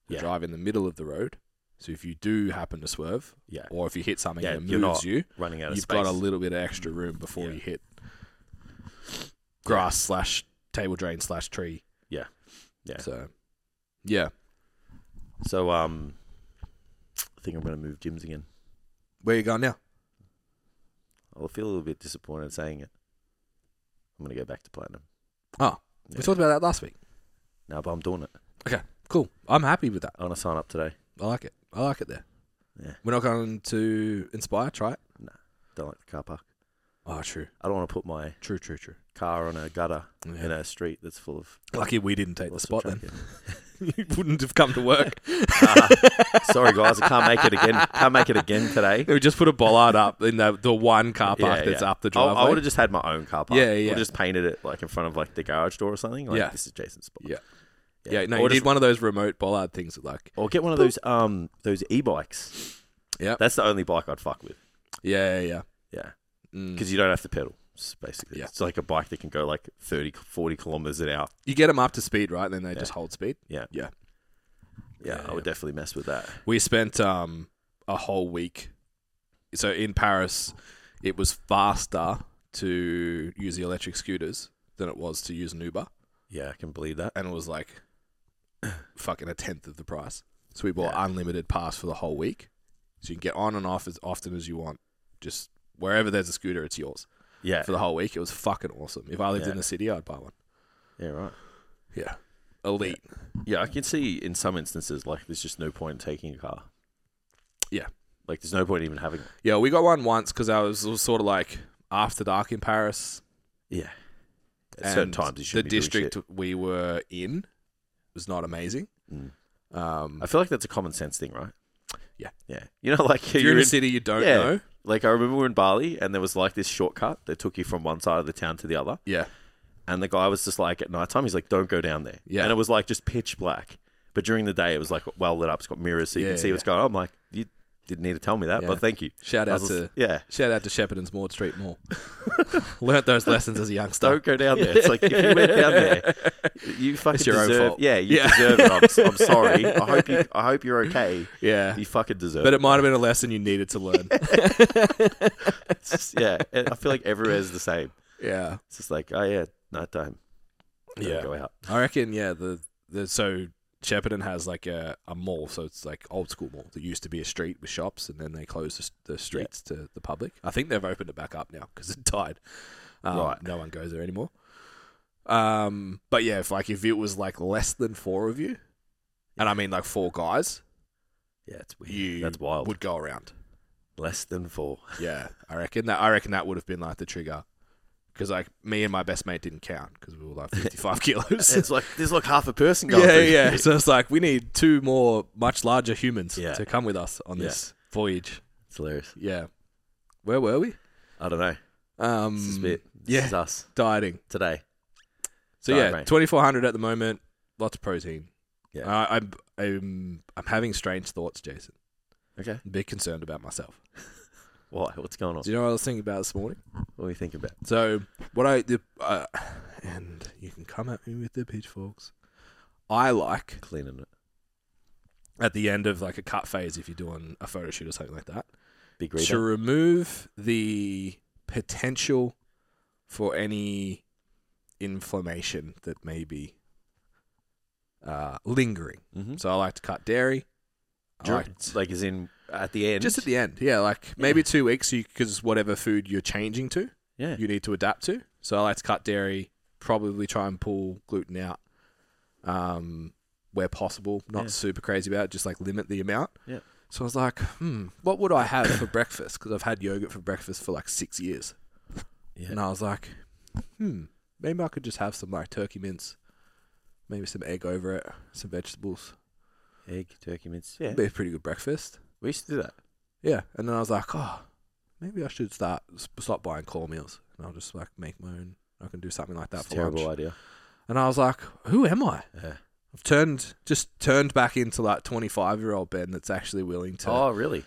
Speaker 2: You
Speaker 1: Yeah.
Speaker 2: drive in the middle of the road. So if you do happen to swerve,
Speaker 1: Yeah.
Speaker 2: or if you hit something
Speaker 1: Yeah,
Speaker 2: that
Speaker 1: you're not
Speaker 2: moves you,
Speaker 1: Running out of
Speaker 2: you've
Speaker 1: space.
Speaker 2: got a little bit of extra room before
Speaker 1: Yeah.
Speaker 2: you hit grass slash table drain slash tree.
Speaker 1: Yeah. Yeah.
Speaker 2: So, yeah.
Speaker 1: so um I think I'm gonna move gyms again.
Speaker 2: Where you going now?
Speaker 1: I'll feel a little bit disappointed saying it. I'm gonna go back to platinum.
Speaker 2: We talked about that last week.
Speaker 1: No, but I'm doing it.
Speaker 2: Cool. I'm happy with that.
Speaker 1: I'm gonna sign up today.
Speaker 2: I like it. I like it there.
Speaker 1: Yeah.
Speaker 2: We're not going to inspire. Try it.
Speaker 1: Don't like the car park.
Speaker 2: Oh, true.
Speaker 1: I don't wanna put my
Speaker 2: True, true, true.
Speaker 1: car on a gutter
Speaker 2: Yeah.
Speaker 1: in a street that's full of
Speaker 2: Lucky we didn't take
Speaker 1: uh, lots
Speaker 2: the
Speaker 1: of
Speaker 2: spot then. (laughs)
Speaker 1: traffic.
Speaker 2: you wouldn't have come to work.
Speaker 1: (laughs) Ah, sorry guys, I can't make it
Speaker 2: (laughs)
Speaker 1: again. Can't make it again today.
Speaker 2: we just put a bollard up in the, the one car park
Speaker 1: Yeah,
Speaker 2: that's
Speaker 1: yeah.
Speaker 2: up the
Speaker 1: I,
Speaker 2: driveway.
Speaker 1: would have just had my own car park.
Speaker 2: Yeah,
Speaker 1: I
Speaker 2: yeah.
Speaker 1: would've just painted it like in front of like the garage door or something. Like
Speaker 2: Yeah.
Speaker 1: this is Jason's spot.
Speaker 2: Yeah. yeah, no,
Speaker 1: Or
Speaker 2: you
Speaker 1: just-
Speaker 2: need one of those remote bollard things that like.
Speaker 1: Or get one of those um those e bikes.
Speaker 2: Yeah.
Speaker 1: that's the only bike I'd fuck with.
Speaker 2: Yeah, yeah,
Speaker 1: Yeah,
Speaker 2: yeah. Mm.
Speaker 1: because you don't have to pedal. s- Basically,
Speaker 2: Yeah.
Speaker 1: it's like a bike that can go like 30, 40 kilometers an hour.
Speaker 2: You get them up to speed, right? And then they just hold speed.
Speaker 1: Yeah,
Speaker 2: Yeah,
Speaker 1: I would definitely mess with that.
Speaker 2: We spent um, a whole week. So in Paris, it was faster to use the electric scooters than it was to use an Uber,
Speaker 1: Yeah, I can believe that.
Speaker 2: and it was like (clears throat) fucking a tenth of the price. So we bought
Speaker 1: Yeah.
Speaker 2: unlimited pass for the whole week, so you can get on and off as often as you want. Just wherever there's a scooter, it's yours
Speaker 1: Yeah,
Speaker 2: for the whole week. It was fucking awesome. If I lived
Speaker 1: Yeah.
Speaker 2: in the city, I'd buy one.
Speaker 1: yeah, right.
Speaker 2: Yeah, elite.
Speaker 1: Yeah, I can see in some instances like there's just no point in taking a car.
Speaker 2: Yeah.
Speaker 1: like there's no point in even having.
Speaker 2: Yeah, we got one once because I was, it was sort of like after dark in Paris.
Speaker 1: Yeah, at certain
Speaker 2: and
Speaker 1: times you should
Speaker 2: the
Speaker 1: be doing
Speaker 2: district
Speaker 1: shit.
Speaker 2: we were in was not amazing.
Speaker 1: Mm.
Speaker 2: Um,
Speaker 1: I feel like that's a common sense thing, right?
Speaker 2: Yeah.
Speaker 1: yeah. You know, like (laughs)
Speaker 2: if
Speaker 1: you're in,
Speaker 2: city you don't
Speaker 1: yeah.
Speaker 2: know.
Speaker 1: like I remember we were in Bali and there was like this shortcut that took you from one side of the town to the other.
Speaker 2: Yeah,
Speaker 1: And the guy was just like at nighttime, he's like, "Don't go down there."
Speaker 2: Yeah.
Speaker 1: And it was like just pitch black. But during the day, it was like well lit up. It's got mirrors, so you
Speaker 2: Yeah,
Speaker 1: can see
Speaker 2: yeah.
Speaker 1: what's going on. I'm like, you didn't need to tell me that,
Speaker 2: Yeah.
Speaker 1: but thank you.
Speaker 2: shout
Speaker 1: I
Speaker 2: out
Speaker 1: was
Speaker 2: to
Speaker 1: just-
Speaker 2: (laughs)
Speaker 1: yeah. (laughs)
Speaker 2: shout out to Shepparton's Maud Street Mall. (laughs) Learnt those lessons as a youngster.
Speaker 1: Don't (laughs) go down there. It's like if you went down there, you fucking
Speaker 2: It's your own
Speaker 1: deserve.
Speaker 2: fault.
Speaker 1: Yeah, you
Speaker 2: Yeah.
Speaker 1: deserve it. I'm, s- I'm sorry. I hope
Speaker 2: (laughs)
Speaker 1: you. I hope you're okay.
Speaker 2: (laughs) Yeah,
Speaker 1: You fucking deserve.
Speaker 2: but it might have been a lesson you needed
Speaker 1: (laughs)
Speaker 2: to learn.
Speaker 1: It's- yeah, I feel like everywhere's the same.
Speaker 2: yeah,
Speaker 1: It's just like, oh yeah, nighttime. Don't
Speaker 2: Yeah.
Speaker 1: go out.
Speaker 2: I reckon. Yeah, the, the so Shepparton has like a, a mall, so it's like old school mall that used to be a street with shops, and then they closed the, s- the streets to the public. I think they've opened it back up now because it died. Um,
Speaker 1: Right.
Speaker 2: no one goes there anymore. Um, but yeah, if like if it was like less than four of you, and I mean like four guys,
Speaker 1: Yeah, it's weird.
Speaker 2: you
Speaker 1: That's wild.
Speaker 2: would go around.
Speaker 1: Less than
Speaker 2: (laughs)
Speaker 1: four.
Speaker 2: Yeah, I reckon that. I reckon that would have been like the trigger. Because like me and my best mate didn't count because we
Speaker 1: (laughs)
Speaker 2: were like fifty-five kilos.
Speaker 1: It's like there's like half a person (laughs) going.
Speaker 2: Yeah,
Speaker 1: through.
Speaker 2: (laughs) yeah. So it's like we need two more much larger humans
Speaker 1: Yeah.
Speaker 2: to come with us on
Speaker 1: Yeah.
Speaker 2: this voyage.
Speaker 1: It's hilarious.
Speaker 2: Yeah. Where were we?
Speaker 1: I don't know.
Speaker 2: Um
Speaker 1: This is it. This
Speaker 2: yeah.
Speaker 1: is us
Speaker 2: dieting.
Speaker 1: today.
Speaker 2: So
Speaker 1: Diet,
Speaker 2: yeah,
Speaker 1: mate.
Speaker 2: 2400 at the moment, lots of protein.
Speaker 1: Yeah.
Speaker 2: Uh, I'm I'm I'm having strange thoughts, Jason.
Speaker 1: Okay.
Speaker 2: I'm a bit concerned about myself.
Speaker 1: Why? What's going on?
Speaker 2: Do you know what I was thinking about this morning?
Speaker 1: What are you thinking about?
Speaker 2: So, what I the uh, and you can come at me with the pitchforks. I like
Speaker 1: Cleaning it.
Speaker 2: at the end of like a cut phase if you're doing a photo shoot or something like that.
Speaker 1: Big reader.
Speaker 2: to remove the potential for any inflammation that may be uh, lingering.
Speaker 1: Mm-hmm.
Speaker 2: So I like to cut dairy. I like-
Speaker 1: like is in at the end.
Speaker 2: just at the end, yeah, like maybe two weeks, because whatever food you're changing to,
Speaker 1: yeah.
Speaker 2: you need to adapt to. So I like to cut dairy. Probably try and pull gluten out, um, where possible. Not
Speaker 1: Yeah.
Speaker 2: super crazy about it. Just like limit the amount.
Speaker 1: Yeah.
Speaker 2: So I was like, hmm, what would I have for breakfast? Because I've had yogurt for breakfast for like six years,
Speaker 1: yeah.
Speaker 2: and I was like, hmm, maybe I could just have some like turkey mince, Maybe some egg over it, some vegetables.
Speaker 1: Egg, turkey mince. Yeah.
Speaker 2: It'd be a pretty good breakfast.
Speaker 1: We used to do that.
Speaker 2: Yeah. And then I was like, oh, maybe I should start sp- stop buying core meals, and I'll just like make my own. I can do something like that
Speaker 1: That's
Speaker 2: for
Speaker 1: a terrible
Speaker 2: lunch.
Speaker 1: idea.
Speaker 2: And I was like, who am I?
Speaker 1: Yeah.
Speaker 2: I've turned just turned back into like twenty five year old Ben that's actually willing to
Speaker 1: Oh,
Speaker 2: (coughs)
Speaker 1: really?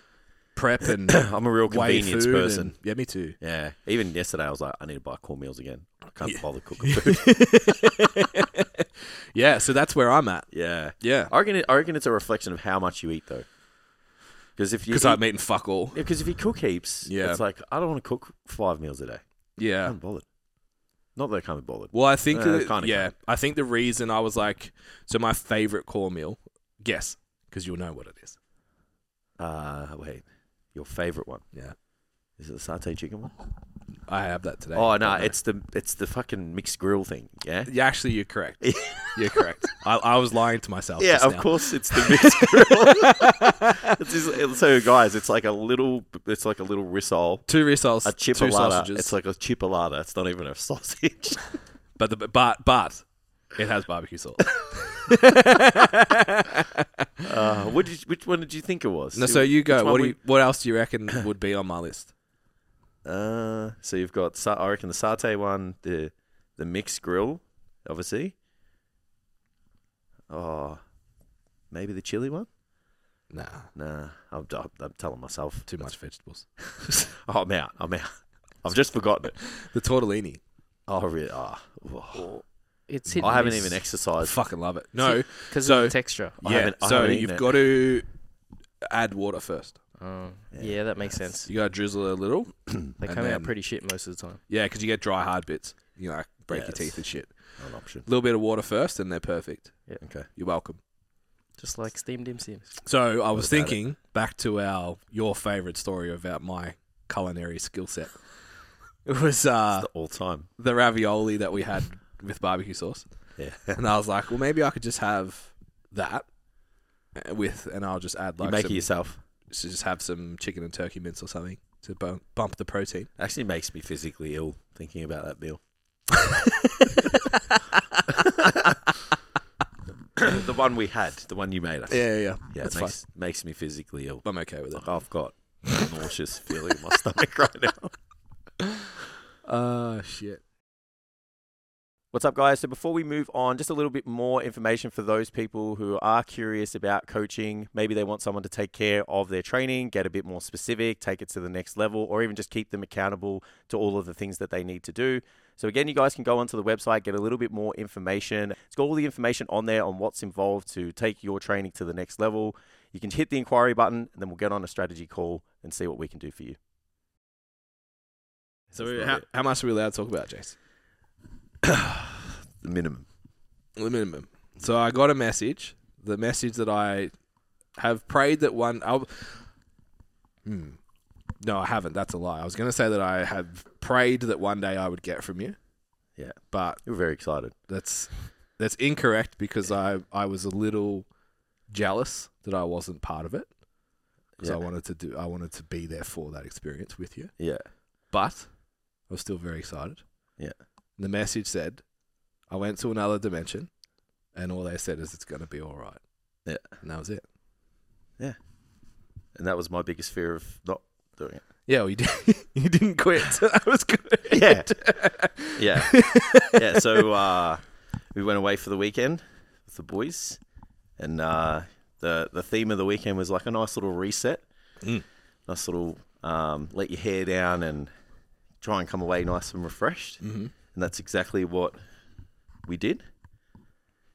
Speaker 2: prep and
Speaker 1: (coughs) I'm a real
Speaker 2: weigh
Speaker 1: convenience
Speaker 2: food
Speaker 1: person.
Speaker 2: and- yeah, me too.
Speaker 1: Yeah. Even yesterday, I was like, I need to buy corn meals again. I can't
Speaker 2: Yeah.
Speaker 1: bother
Speaker 2: (laughs)
Speaker 1: cooking food. (laughs)
Speaker 2: yeah, so that's where I'm at.
Speaker 1: yeah.
Speaker 2: Yeah,
Speaker 1: I reckon, it, I reckon it's a reflection of how much you eat, though. Because if you
Speaker 2: because
Speaker 1: eat-
Speaker 2: I'm eating fuck all.
Speaker 1: because if you cook heaps,
Speaker 2: Yeah.
Speaker 1: it's like I don't want to cook five meals a day. I
Speaker 2: Yeah.
Speaker 1: can't be bothered. Not that I can't be bothered.
Speaker 2: Well, I think
Speaker 1: Hmm. Uh,
Speaker 2: that-
Speaker 1: kinda
Speaker 2: yeah,
Speaker 1: can't.
Speaker 2: I think the reason I was like, so my favorite core meal, guess, because you'll know what it is.
Speaker 1: Uh, wait, your favorite one
Speaker 2: Yeah,
Speaker 1: is it the satay chicken one?
Speaker 2: I have that today.
Speaker 1: Oh
Speaker 2: Don't
Speaker 1: no,
Speaker 2: know.
Speaker 1: it's the it's the fucking mixed grill thing.
Speaker 2: (laughs)
Speaker 1: Yeah,
Speaker 2: Yeah, actually, you're correct.
Speaker 1: (laughs)
Speaker 2: you're correct. I, I was lying to myself.
Speaker 1: yeah.
Speaker 2: just
Speaker 1: Of
Speaker 2: now.
Speaker 1: course, it's the
Speaker 2: (laughs)
Speaker 1: mixed grill. (laughs) It's just- it's- so guys, it's like a little, it's like a little rissole.
Speaker 2: Two rissoles,
Speaker 1: A
Speaker 2: two
Speaker 1: chipolata.
Speaker 2: sausages.
Speaker 1: It's like a chipolata. It's not even a (laughs) sausage.
Speaker 2: but the, but but it has barbecue sauce.
Speaker 1: Uh, what did you, which one did you think it was?
Speaker 2: (laughs) no, so you
Speaker 1: Which
Speaker 2: go.
Speaker 1: one
Speaker 2: What do
Speaker 1: we-
Speaker 2: you, What else do you reckon would be on my list?
Speaker 1: Uh, so you've got sa- I reckon the satay one, the the mixed grill, obviously. Oh, maybe the chili one.
Speaker 2: Nah,
Speaker 1: (clears throat) Nah, I'm, I'm, I'm telling myself. (laughs)
Speaker 2: too much vegetables.
Speaker 1: Oh, I'm out. I'm out. I've just forgotten it.
Speaker 2: The tortellini.
Speaker 1: Oh, really? Oh, oh.
Speaker 3: It's hit
Speaker 1: I haven't even exercised.
Speaker 2: fucking love it. No,
Speaker 3: because
Speaker 2: So-
Speaker 3: of the texture.
Speaker 1: I
Speaker 2: yeah.
Speaker 1: haven't- I
Speaker 2: So
Speaker 1: haven't eaten
Speaker 2: you've
Speaker 1: it.
Speaker 2: got to add water first.
Speaker 3: Oh,
Speaker 1: Yeah.
Speaker 3: yeah. that makes sense.
Speaker 2: You got to drizzle a little.
Speaker 3: They
Speaker 2: and
Speaker 3: come
Speaker 2: then-
Speaker 3: out pretty shit most of the time.
Speaker 2: Yeah, because you get dry hard bits. You know, like break your
Speaker 1: Yes.
Speaker 2: teeth and shit.
Speaker 1: Not an option.
Speaker 2: A little bit of water first, and they're perfect.
Speaker 3: Yeah.
Speaker 1: Okay.
Speaker 2: You're welcome.
Speaker 3: Just like steamed dim sims.
Speaker 2: So I was
Speaker 1: about it?
Speaker 2: thinking back to our your favorite story about my culinary skill set. It was uh,
Speaker 1: The all time.
Speaker 2: the ravioli that we had with barbecue sauce.
Speaker 1: Yeah.
Speaker 2: (laughs) And I was like, well, maybe I could just have that uh, with, and I'll just add
Speaker 1: you
Speaker 2: like
Speaker 1: make
Speaker 2: some,
Speaker 1: it yourself.
Speaker 2: so just have some chicken and turkey mince or something to bump, bump the (laughs) protein. (coughs)
Speaker 1: Actually, makes me physically ill thinking about that meal. (coughs) the one we had, the one you made us.
Speaker 2: Yeah, yeah,
Speaker 1: Yeah,
Speaker 2: that's
Speaker 1: it makes, makes me physically ill.
Speaker 2: fine. I'm okay with it.
Speaker 1: Like I've got a nauseous feeling in my (laughs) stomach right now.
Speaker 2: Oh shit.
Speaker 1: What's up, guys? So, before we move on, just a little bit more information for those people who are curious about coaching. Maybe they want someone to take care of their training, get a bit more specific, take it to the next level, or even just keep them accountable to all of the things that they need to do. So, again, you guys can go onto the website, get a little bit more information. It's got all the information on there on what's involved to take your training to the next level. You can hit the inquiry button, and then we'll get on a strategy call and see what we can do for you.
Speaker 2: So
Speaker 1: That's
Speaker 2: we-
Speaker 1: not
Speaker 2: how,
Speaker 1: it.
Speaker 2: how much are we allowed to talk about, Jace?
Speaker 1: the minimum.
Speaker 2: The minimum. So I got a message. The message that I have prayed that one. I'll, hmm. No, I haven't. That's a lie. I was going to say that I have prayed that one day I would get from you.
Speaker 1: Yeah.
Speaker 2: But
Speaker 1: You were very excited.
Speaker 2: that's that's incorrect because I I was a little jealous that I wasn't part of it because
Speaker 1: Yeah.
Speaker 2: I wanted to do I wanted to be there for that experience with you.
Speaker 1: Yeah.
Speaker 2: But I was still very excited.
Speaker 1: Yeah.
Speaker 2: The message said, I went to another dimension and all they said is it's going to be all right.
Speaker 1: Yeah.
Speaker 2: And that was it.
Speaker 1: And that was my biggest fear of not doing it.
Speaker 2: Yeah, well, you, did, (laughs) you didn't quit. So that was good. (laughs)
Speaker 1: Yeah. Yeah. yeah. So uh, we went away for the weekend with the boys. And uh, the, the theme of the weekend was like a nice little reset.
Speaker 2: Mm.
Speaker 1: Nice little um, let your hair down and try and come away nice and refreshed. (laughs)
Speaker 2: hmm
Speaker 1: And that's exactly what we did.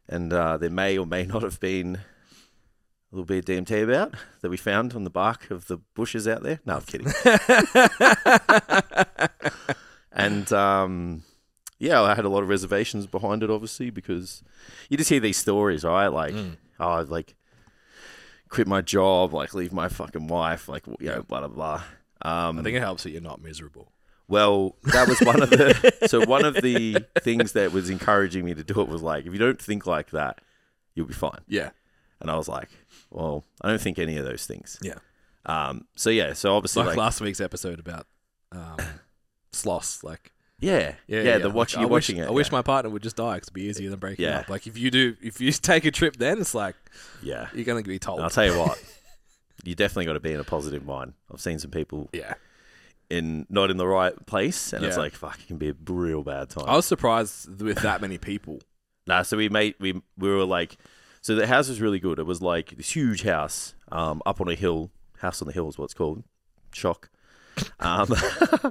Speaker 1: And uh, there may or may not have been a little bit of DMT about that we found on the bark of the bushes out there. No, I'm kidding. and um, yeah, I had a lot of reservations behind it, obviously, because you just hear these stories, right? Like,
Speaker 2: Mm.
Speaker 1: oh, I'd, like quit my job, like leave my fucking wife, like you know, blah blah blah. Um,
Speaker 2: I think it helps that you're not miserable.
Speaker 1: well, that was one of
Speaker 2: (laughs)
Speaker 1: the so one of the things that was encouraging me to do it was like, if you don't think like that, you'll be fine.
Speaker 2: Yeah.
Speaker 1: And I was like, well, I don't think any of those things.
Speaker 2: Yeah.
Speaker 1: Um. So yeah. So
Speaker 2: It's
Speaker 1: obviously,
Speaker 2: like,
Speaker 1: like,
Speaker 2: last week's episode about um, (coughs) sloths. Like,
Speaker 1: Yeah, yeah, yeah. The watch
Speaker 2: Like,
Speaker 1: you're
Speaker 2: I
Speaker 1: watching
Speaker 2: wish,
Speaker 1: it.
Speaker 2: I wish
Speaker 1: yeah.
Speaker 2: my partner would just die because it'd be easier than breaking
Speaker 1: Yeah.
Speaker 2: up. Like if you do, if you (laughs) take a trip, then it's like
Speaker 1: Yeah,
Speaker 2: you're gonna be told.
Speaker 1: And I'll tell you what. (laughs) You definitely got to be in a positive mind. I've seen some people
Speaker 2: yeah,
Speaker 1: in not in the right place, and it's
Speaker 2: Yeah.
Speaker 1: like fuck, it can be a real bad time.
Speaker 2: I was surprised with that many people.
Speaker 1: Nah, so we made we we were like, so the house was really good. It was like this huge house, um, up on a hill. House on the hill is what it's called. Shock. Um, (laughs)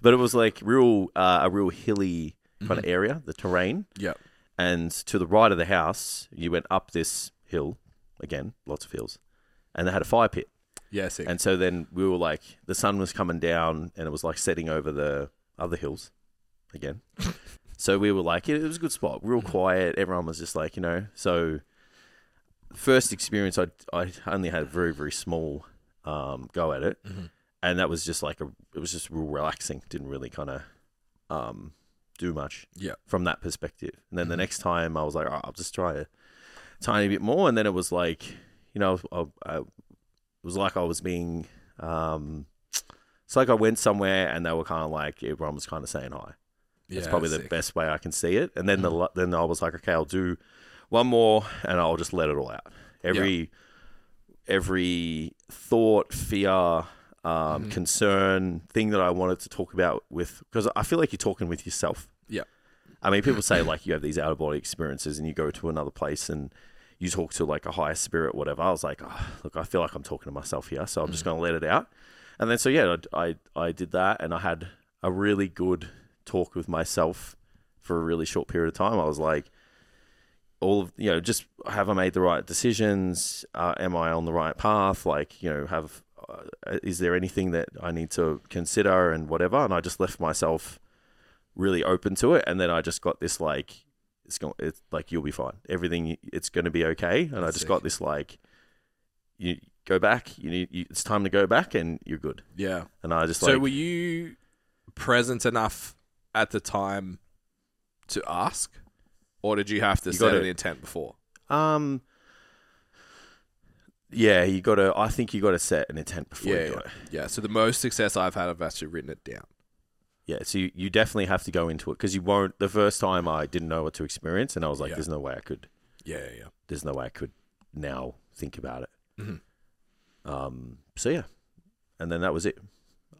Speaker 1: but it was like real uh, a real hilly kind
Speaker 2: Mm-hmm.
Speaker 1: of area, the terrain,
Speaker 2: Yep.
Speaker 1: and to the right of the house, you went up this hill again, lots of hills, and they had a fire pit.
Speaker 2: Yeah, sick.
Speaker 1: And so then we were like, the sun was coming down and it was like setting over the other hills again. so we were like, it, it was a good spot, real quiet. Everyone was just like, you know. So, first experience, I, I only had a very, very small um, go at it.
Speaker 2: Mm-hmm.
Speaker 1: And that was just like, a, it was just real relaxing. Didn't really kind of um, do much
Speaker 2: Yeah.
Speaker 1: from that perspective. And then the next time I was like, all right, I'll just try a tiny bit more. And then it was like, you know, I, I, it was like I was being, um, it's like I went somewhere and they were kind of like, everyone was kind of saying hi.
Speaker 2: yeah,
Speaker 1: It's probably the
Speaker 2: sick. Mm.
Speaker 1: best way I can see it. And then the the then I was like, okay, I'll do one more, and I'll just let it all out. Every every thought, fear, um,
Speaker 2: Mm-hmm.
Speaker 1: concern, thing that I wanted to talk about with, because I feel like you're talking with yourself.
Speaker 2: Yeah.
Speaker 1: I mean, people
Speaker 2: (laughs)
Speaker 1: say like you have these out of body experiences, and you go to another place and you talk to like a higher spirit, whatever. I was like, oh, look, I feel like I'm talking to myself here, so I'm
Speaker 2: Mm.
Speaker 1: just going to let it out. And then so yeah, I, I I did that, and I had a really good talk with myself for a really short period of time. I was like, all of you know, just have I made the right decisions? Uh, am I on the right path? Like you know, have uh, is there anything that I need to consider and whatever? And I just left myself really open to it, and then I just got this like. It's going. It's like you'll be fine. Everything. It's going to be okay. And I
Speaker 2: That's
Speaker 1: just
Speaker 2: sick.
Speaker 1: got this like. You go back. You need. You, it's time to go back, and you're good.
Speaker 2: Yeah.
Speaker 1: And I just
Speaker 2: So
Speaker 1: like.
Speaker 2: were you present enough at the time to ask, or did you have to
Speaker 1: You
Speaker 2: set
Speaker 1: gotta-
Speaker 2: an intent before?
Speaker 1: Um. Yeah, you got to. I think you got to set an intent before
Speaker 2: Yeah,
Speaker 1: you do it.
Speaker 2: Yeah. So the most success I've had, I've actually written it down.
Speaker 1: Yeah, so you, you definitely have to go into it because you won't. The first time I didn't know what to experience, and I was like,
Speaker 2: Yeah.
Speaker 1: "There's no way I could.
Speaker 2: Yeah, yeah, yeah.
Speaker 1: There's no way I could now think about it."
Speaker 2: Mhm.
Speaker 1: Um. So yeah, and then that was it.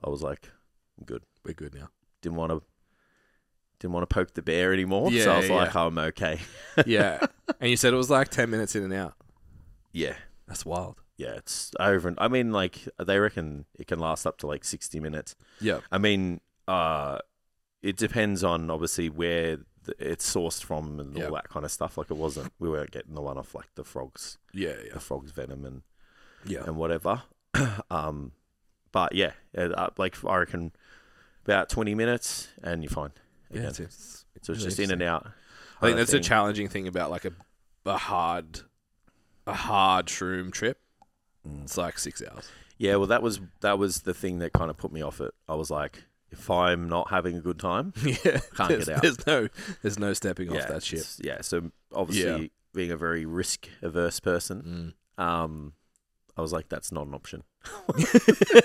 Speaker 1: I was like, "I'm good."
Speaker 2: We're good now.
Speaker 1: Didn't want to. Didn't want to poke the bear anymore. so
Speaker 2: Yeah,
Speaker 1: I was
Speaker 2: yeah.
Speaker 1: like, "I'm okay."
Speaker 2: (laughs) yeah. And you said it was like ten minutes in and out.
Speaker 1: yeah.
Speaker 2: That's wild.
Speaker 1: Yeah, it's over. and- I mean, like they reckon it can last up to like sixty minutes.
Speaker 2: Yeah.
Speaker 1: I mean, uh, it depends on obviously where th- it's sourced from and
Speaker 2: Yeah.
Speaker 1: all that kind of stuff. Like it wasn't, we weren't getting the one off like the frogs,
Speaker 2: Yeah, yeah.
Speaker 1: the frog's venom and
Speaker 2: Yeah.
Speaker 1: and whatever. (clears throat) um, but yeah, it, uh, like I reckon about twenty minutes and you're fine.
Speaker 2: Yeah,
Speaker 1: Again.
Speaker 2: it's- it's-
Speaker 1: so it's
Speaker 2: really
Speaker 1: just in and out.
Speaker 2: I think
Speaker 1: Uh,
Speaker 2: that's
Speaker 1: thing.
Speaker 2: a challenging thing about like a a hard a hard shroom trip. It's like six hours.
Speaker 1: Yeah, well, that was that was the thing that kind of put me off it. I was like, if I'm not having a good time,
Speaker 2: (laughs) yeah.
Speaker 1: Can't
Speaker 2: there's,
Speaker 1: get out.
Speaker 2: There's no there's no stepping
Speaker 1: yeah,
Speaker 2: off that (laughs) shit.
Speaker 1: it's- Yeah, so obviously
Speaker 2: Yeah.
Speaker 1: being a very risk averse person.
Speaker 2: Mm. (laughs)
Speaker 1: um, I was like, that's not an option. Uh,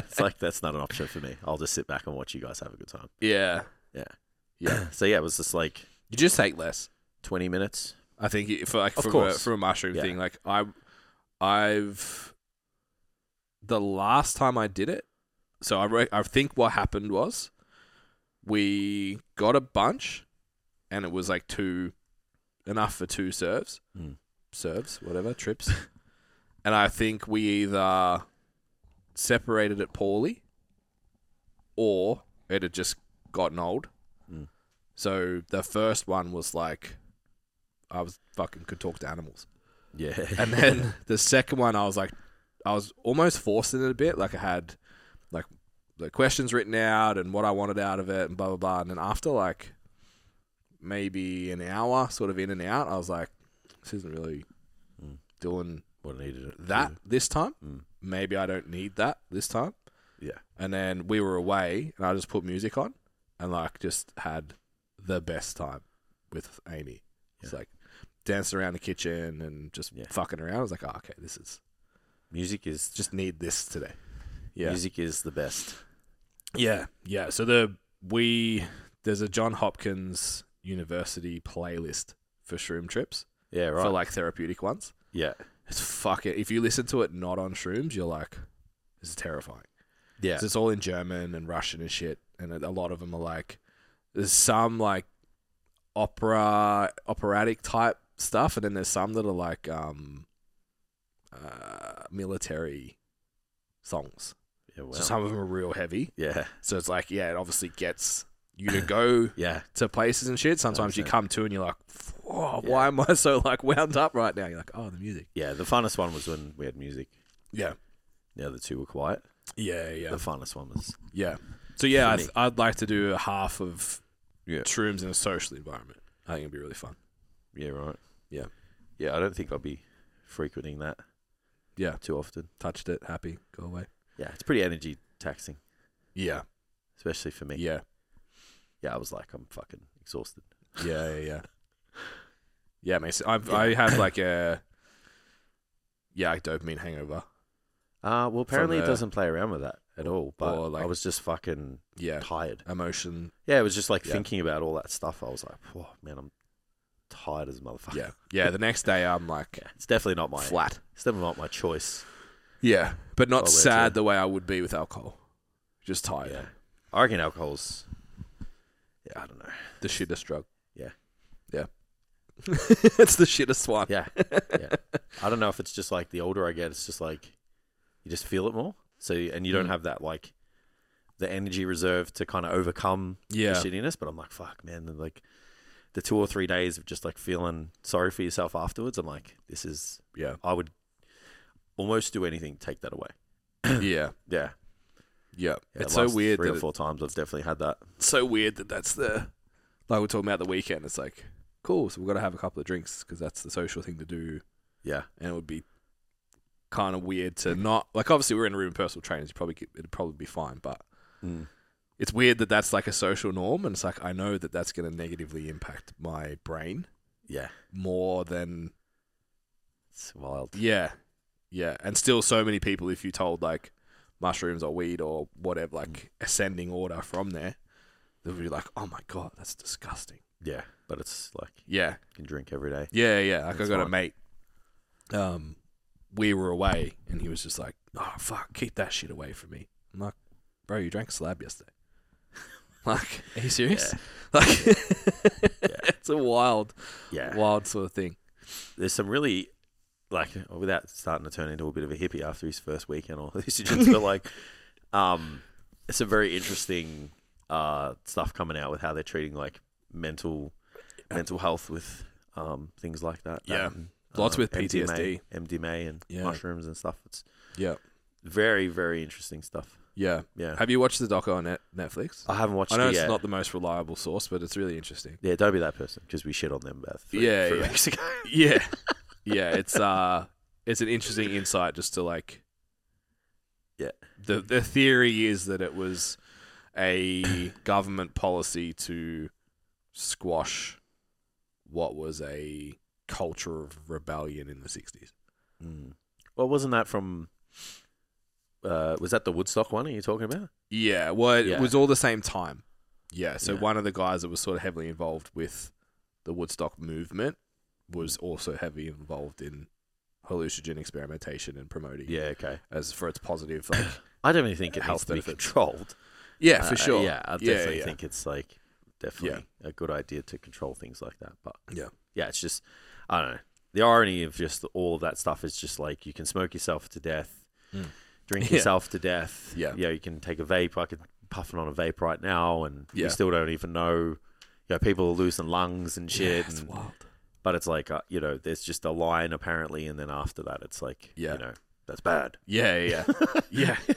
Speaker 1: it's like that's not an option for me. I'll just sit back and watch you guys have a good time.
Speaker 2: Yeah.
Speaker 1: Yeah.
Speaker 2: Yeah.
Speaker 1: So yeah, it was just like
Speaker 2: You just take less.
Speaker 1: twenty minutes.
Speaker 2: I think it- for like
Speaker 1: Of
Speaker 2: from a,
Speaker 1: course.
Speaker 2: from a mushroom
Speaker 1: Yeah.
Speaker 2: thing, like I, I've the last time I did it, so I re- I think what happened was we got a bunch, and it was like two enough for two serves,
Speaker 1: Mm.
Speaker 2: serves whatever trips, (laughs) and I think we either separated it poorly, or it had just gotten old.
Speaker 1: Mm.
Speaker 2: So the first one was like, I was fucking could talk to animals.
Speaker 1: Yeah.
Speaker 2: (laughs) And then the second one, I was like, I was almost forcing it a bit. Like I had like the questions written out and what I wanted out of it and blah blah blah. And then after like maybe an hour, sort of in and out, I was like, this isn't really
Speaker 1: Mm.
Speaker 2: doing
Speaker 1: (laughs) what I needed it
Speaker 2: that this time.
Speaker 1: Mm.
Speaker 2: Maybe I don't need that this time.
Speaker 1: Yeah.
Speaker 2: And then we were away, and I just put music on and like just had the best time with Amy. It's
Speaker 1: Yeah.
Speaker 2: like dancing around the kitchen and just
Speaker 1: Yeah.
Speaker 2: fucking around. I was like, oh, okay, this is
Speaker 1: Music is
Speaker 2: just need this today. Yeah.
Speaker 1: music is the best.
Speaker 2: Yeah. Yeah. So the we there's a John Hopkins University playlist for shroom trips
Speaker 1: Yeah, right.
Speaker 2: for like therapeutic ones.
Speaker 1: yeah.
Speaker 2: It's fuck it. If you listen to it not on shrooms, you're like, this is terrifying.
Speaker 1: Yeah.
Speaker 2: 'Cause it's all in German and Russian and shit, and a a lot of them are like, there's some like opera operatic type stuff, and then there's some that are like um uh military songs.
Speaker 1: yeah, wow.
Speaker 2: So some of them are real heavy.
Speaker 1: yeah.
Speaker 2: So it's like, yeah, it obviously gets
Speaker 1: (coughs)
Speaker 2: you to go
Speaker 1: Yeah.
Speaker 2: to places and shit. Sometimes you
Speaker 1: 100%.
Speaker 2: come to and you're like, "Whoa,
Speaker 1: Yeah.
Speaker 2: why am I so like wound up right now? You're like, oh, the music.
Speaker 1: Yeah. The funnest one was when we had music.
Speaker 2: Yeah.
Speaker 1: The other two were quiet.
Speaker 2: Yeah, yeah,
Speaker 1: The funnest one was
Speaker 2: yeah. So yeah, I
Speaker 1: Funny.
Speaker 2: th- I'd like to do a half of
Speaker 1: Yeah.
Speaker 2: shrooms in a social environment. I think it'd be really fun.
Speaker 1: Yeah, right.
Speaker 2: Yeah.
Speaker 1: Yeah, I don't think I'll be frequenting that
Speaker 2: Yeah,
Speaker 1: too often.
Speaker 2: touched it, happy, go away.
Speaker 1: Yeah, it's pretty energy taxing,
Speaker 2: Yeah,
Speaker 1: especially for me. Yeah,
Speaker 2: yeah,
Speaker 1: I was like, I'm fucking exhausted.
Speaker 2: yeah, yeah,
Speaker 1: (laughs)
Speaker 2: yeah. yeah, makes. I've
Speaker 1: Yeah.
Speaker 2: I had like a yeah, like dopamine hangover.
Speaker 1: Uh, well, apparently
Speaker 2: the-
Speaker 1: it doesn't play around with that at all, but
Speaker 2: or, like-
Speaker 1: I was just fucking
Speaker 2: Yeah,
Speaker 1: tired.
Speaker 2: emotion.
Speaker 1: Yeah, it was just like
Speaker 2: Yeah.
Speaker 1: thinking about all that stuff. I was like, oh, man, I'm tired as a motherfucker.
Speaker 2: Yeah, yeah. The next day, I'm like
Speaker 1: (laughs) Yeah, it's definitely not my
Speaker 2: flat.
Speaker 1: It's definitely not my choice.
Speaker 2: Yeah, but
Speaker 1: Well,
Speaker 2: not
Speaker 1: that's
Speaker 2: sad
Speaker 1: it.
Speaker 2: the way I would be with alcohol. Just tired.
Speaker 1: Yeah, I reckon alcohol's. Yeah, I don't know.
Speaker 2: The shittest drug.
Speaker 1: Yeah.
Speaker 2: Yeah. (laughs) it's the shittest one.
Speaker 1: Yeah, yeah. I don't know if it's just like the older I get, it's just like you just feel it more. So and you don't
Speaker 2: Mm.
Speaker 1: have that like the energy reserve to kind of overcome
Speaker 2: Yeah.
Speaker 1: the shittiness. But I'm like, fuck, man. And like the two or three days of just like feeling sorry for yourself afterwards. I'm like, this is.
Speaker 2: Yeah.
Speaker 1: I would almost do anything to take that away.
Speaker 2: Yeah.
Speaker 1: Yeah,
Speaker 2: Yeah.
Speaker 1: yeah
Speaker 2: it's
Speaker 1: the
Speaker 2: so
Speaker 1: last
Speaker 2: weird
Speaker 1: Three
Speaker 2: that
Speaker 1: or four times I've definitely had that.
Speaker 2: it's so weird that that's the like we're talking about the weekend. It's like cool, so we've got to have a couple of drinks because that's the social thing to do,
Speaker 1: Yeah,
Speaker 2: and it would be kind of weird to not like. Obviously, we're in a room with personal trainers. You probably could- it'd probably be fine, but Mm. it's weird that that's like a social norm, and it's like I know that that's going to negatively impact my brain
Speaker 1: yeah.
Speaker 2: more than
Speaker 1: It's wild.
Speaker 2: Yeah, yeah, and still so many people. If you told like mushrooms or weed or whatever, like ascending order from there, they would be like, "Oh my god, that's disgusting."
Speaker 1: Yeah, but it's like you
Speaker 2: Yeah,
Speaker 1: can drink every day.
Speaker 2: yeah, yeah. Like
Speaker 1: That's
Speaker 2: I got a
Speaker 1: fine.
Speaker 2: mate. Um, we were away, and he was just like, "Oh fuck, keep that shit away from me." I'm like, "Bro, you drank a slab yesterday." (laughs) like, are you serious? Like, (laughs) it's a wild,
Speaker 1: Yeah,
Speaker 2: wild sort of thing.
Speaker 1: there's some really like uh, without starting to turn into a bit of a hippie after his first weekend or (laughs) hallucinogens,
Speaker 2: (laughs)
Speaker 1: but like um it's some very interesting uh stuff coming out with how they're treating like mental mental health with um things like that.
Speaker 2: Yeah.
Speaker 1: That and,
Speaker 2: Lots
Speaker 1: um,
Speaker 2: with PTSD.
Speaker 1: MDMA, MDMA and
Speaker 2: Yeah.
Speaker 1: mushrooms and stuff. It's
Speaker 2: Yeah,
Speaker 1: very, very interesting stuff.
Speaker 2: yeah.
Speaker 1: Yeah.
Speaker 2: Have you watched the doco on net- Netflix?
Speaker 1: I haven't watched
Speaker 2: I know
Speaker 1: it
Speaker 2: it's
Speaker 1: yet.
Speaker 2: not the most reliable source, but it's really interesting.
Speaker 1: yeah, don't be that person because we shit on them about three,
Speaker 2: Yeah,
Speaker 1: three
Speaker 2: yeah.
Speaker 1: weeks ago.
Speaker 2: (laughs) Yeah, yeah, it's uh, it's an interesting insight just to like,
Speaker 1: Yeah.
Speaker 2: The the theory is that it was a government policy to squash what was a culture of rebellion in the sixties.
Speaker 1: Mm. Well, wasn't that from? Uh, was that the Woodstock one? Are you talking about?
Speaker 2: Yeah, well, it
Speaker 1: Yeah.
Speaker 2: was all the same time. Yeah, so
Speaker 1: Yeah.
Speaker 2: one of the guys that was sort of heavily involved with the Woodstock movement was also heavily involved in hallucinogen experimentation and promoting
Speaker 1: Yeah. Okay.
Speaker 2: as for
Speaker 1: (coughs)
Speaker 2: its positive. Like,
Speaker 1: I don't really think it
Speaker 2: Health
Speaker 1: needs to be
Speaker 2: benefits.
Speaker 1: controlled.
Speaker 2: (laughs) yeah,
Speaker 1: Uh,
Speaker 2: for sure.
Speaker 1: Yeah, I
Speaker 2: Yeah,
Speaker 1: definitely
Speaker 2: yeah.
Speaker 1: think it's like definitely a good idea to control things like that. But
Speaker 2: Yeah.
Speaker 1: yeah, it's just I don't know. The irony of just all of that stuff is just like you can smoke yourself to death,
Speaker 2: Mm.
Speaker 1: drink
Speaker 2: Yeah.
Speaker 1: yourself to death.
Speaker 2: Yeah.
Speaker 1: you know, you can take a vape. I could puffing on a vape right now, and
Speaker 2: Yeah.
Speaker 1: we still don't even know. You know, people are losing lungs and
Speaker 2: Yeah,
Speaker 1: shit.
Speaker 2: it's
Speaker 1: and,
Speaker 2: wild.
Speaker 1: but it's like uh, you know, there's just a line apparently, and then after that, it's like
Speaker 2: Yeah.
Speaker 1: you know, that's bad.
Speaker 2: Yeah, yeah,
Speaker 1: (laughs)
Speaker 2: yeah, yeah.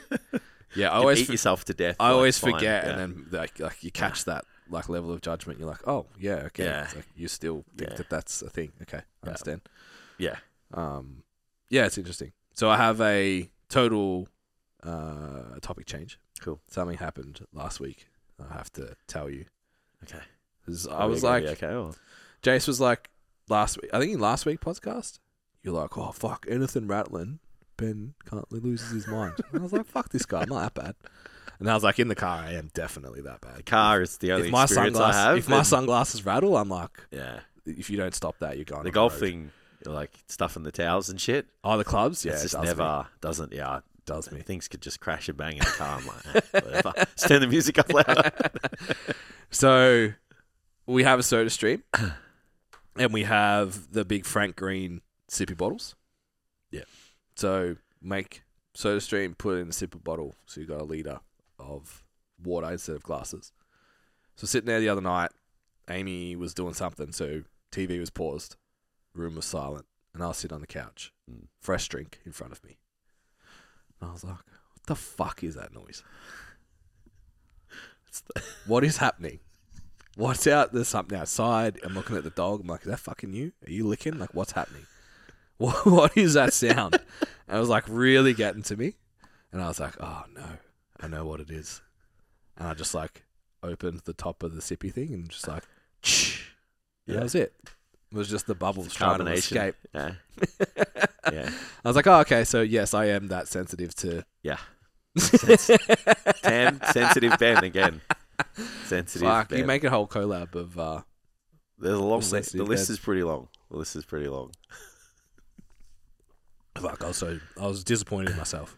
Speaker 2: yeah I
Speaker 1: You
Speaker 2: always,
Speaker 1: eat
Speaker 2: for-
Speaker 1: yourself to death.
Speaker 2: I
Speaker 1: like,
Speaker 2: always
Speaker 1: fine,
Speaker 2: forget,
Speaker 1: yeah.
Speaker 2: and then like, like you catch that like level of judgment. You're like, oh yeah, okay.
Speaker 1: Yeah.
Speaker 2: It's like, you still think
Speaker 1: Yeah.
Speaker 2: that that's a thing. Okay, I understand.
Speaker 1: yeah,
Speaker 2: Um, yeah, it's interesting. So I have a total uh, topic change.
Speaker 1: Cool.
Speaker 2: Something happened last week. I have to tell you.
Speaker 1: okay.
Speaker 2: 'Cause
Speaker 1: Are
Speaker 2: I
Speaker 1: we
Speaker 2: was
Speaker 1: gonna
Speaker 2: like,
Speaker 1: be okay, or-
Speaker 2: Jace was like last week. I think in last week podcast, you're like, oh fuck, anything rattling. Ben can't loses his mind. And I was like, fuck this guy. I'm not that bad. And I was like, in the car, I am definitely that bad.
Speaker 1: Car is the only
Speaker 2: If my
Speaker 1: experience
Speaker 2: sunglasses,
Speaker 1: I have.
Speaker 2: if my
Speaker 1: and-
Speaker 2: sunglasses rattle, I'm like,
Speaker 1: yeah,
Speaker 2: if you don't stop that, you're going.
Speaker 1: the
Speaker 2: on
Speaker 1: golf
Speaker 2: road.
Speaker 1: thing, like stuffing the towels and shit.
Speaker 2: Oh, the clubs. Yeah,
Speaker 1: it's
Speaker 2: it
Speaker 1: just
Speaker 2: does me.
Speaker 1: never doesn't. Yeah,
Speaker 2: Does me.
Speaker 1: things could just crash and bang in the car. I'm
Speaker 2: (laughs)
Speaker 1: like, eh, whatever. Just turn the music (laughs) up louder.
Speaker 2: So we have a soda stream, (coughs) and we have the big Frank Green sippy bottles.
Speaker 1: Yeah.
Speaker 2: So make soda stream, put it in a sipper bottle, so you got a liter of water instead of glasses. So sitting there the other night, Amy was doing something, so TV was paused, room was silent, and I was sitting on the couch,
Speaker 1: Mm.
Speaker 2: fresh drink in front of me. And I was like, "What the fuck is that noise? what is happening? What's out? There's something outside. I'm looking at the dog. I'm like, is that fucking you? Are you licking? Like, what's happening? (laughs) What, what is that sound? And it was like really getting to me. And I was like, oh no, I know what it is. And I just like opened the top of the sippy thing and just like, yeah.
Speaker 1: Yeah.
Speaker 2: that was it. It was just the bubbles trying to escape. (laughs)
Speaker 1: Yeah. yeah.
Speaker 2: I was like, oh, okay, so yes, I am that sensitive to.
Speaker 1: Yeah. Sens- Tam, sensitive Ben again. Sensitive
Speaker 2: Fuck, you
Speaker 1: Ben.
Speaker 2: make a whole collab of. Uh,
Speaker 1: There's a long list. The
Speaker 2: sensitive
Speaker 1: list
Speaker 2: Ben.
Speaker 1: is pretty long. The list is pretty long.
Speaker 2: fuck, I was so I was disappointed in myself.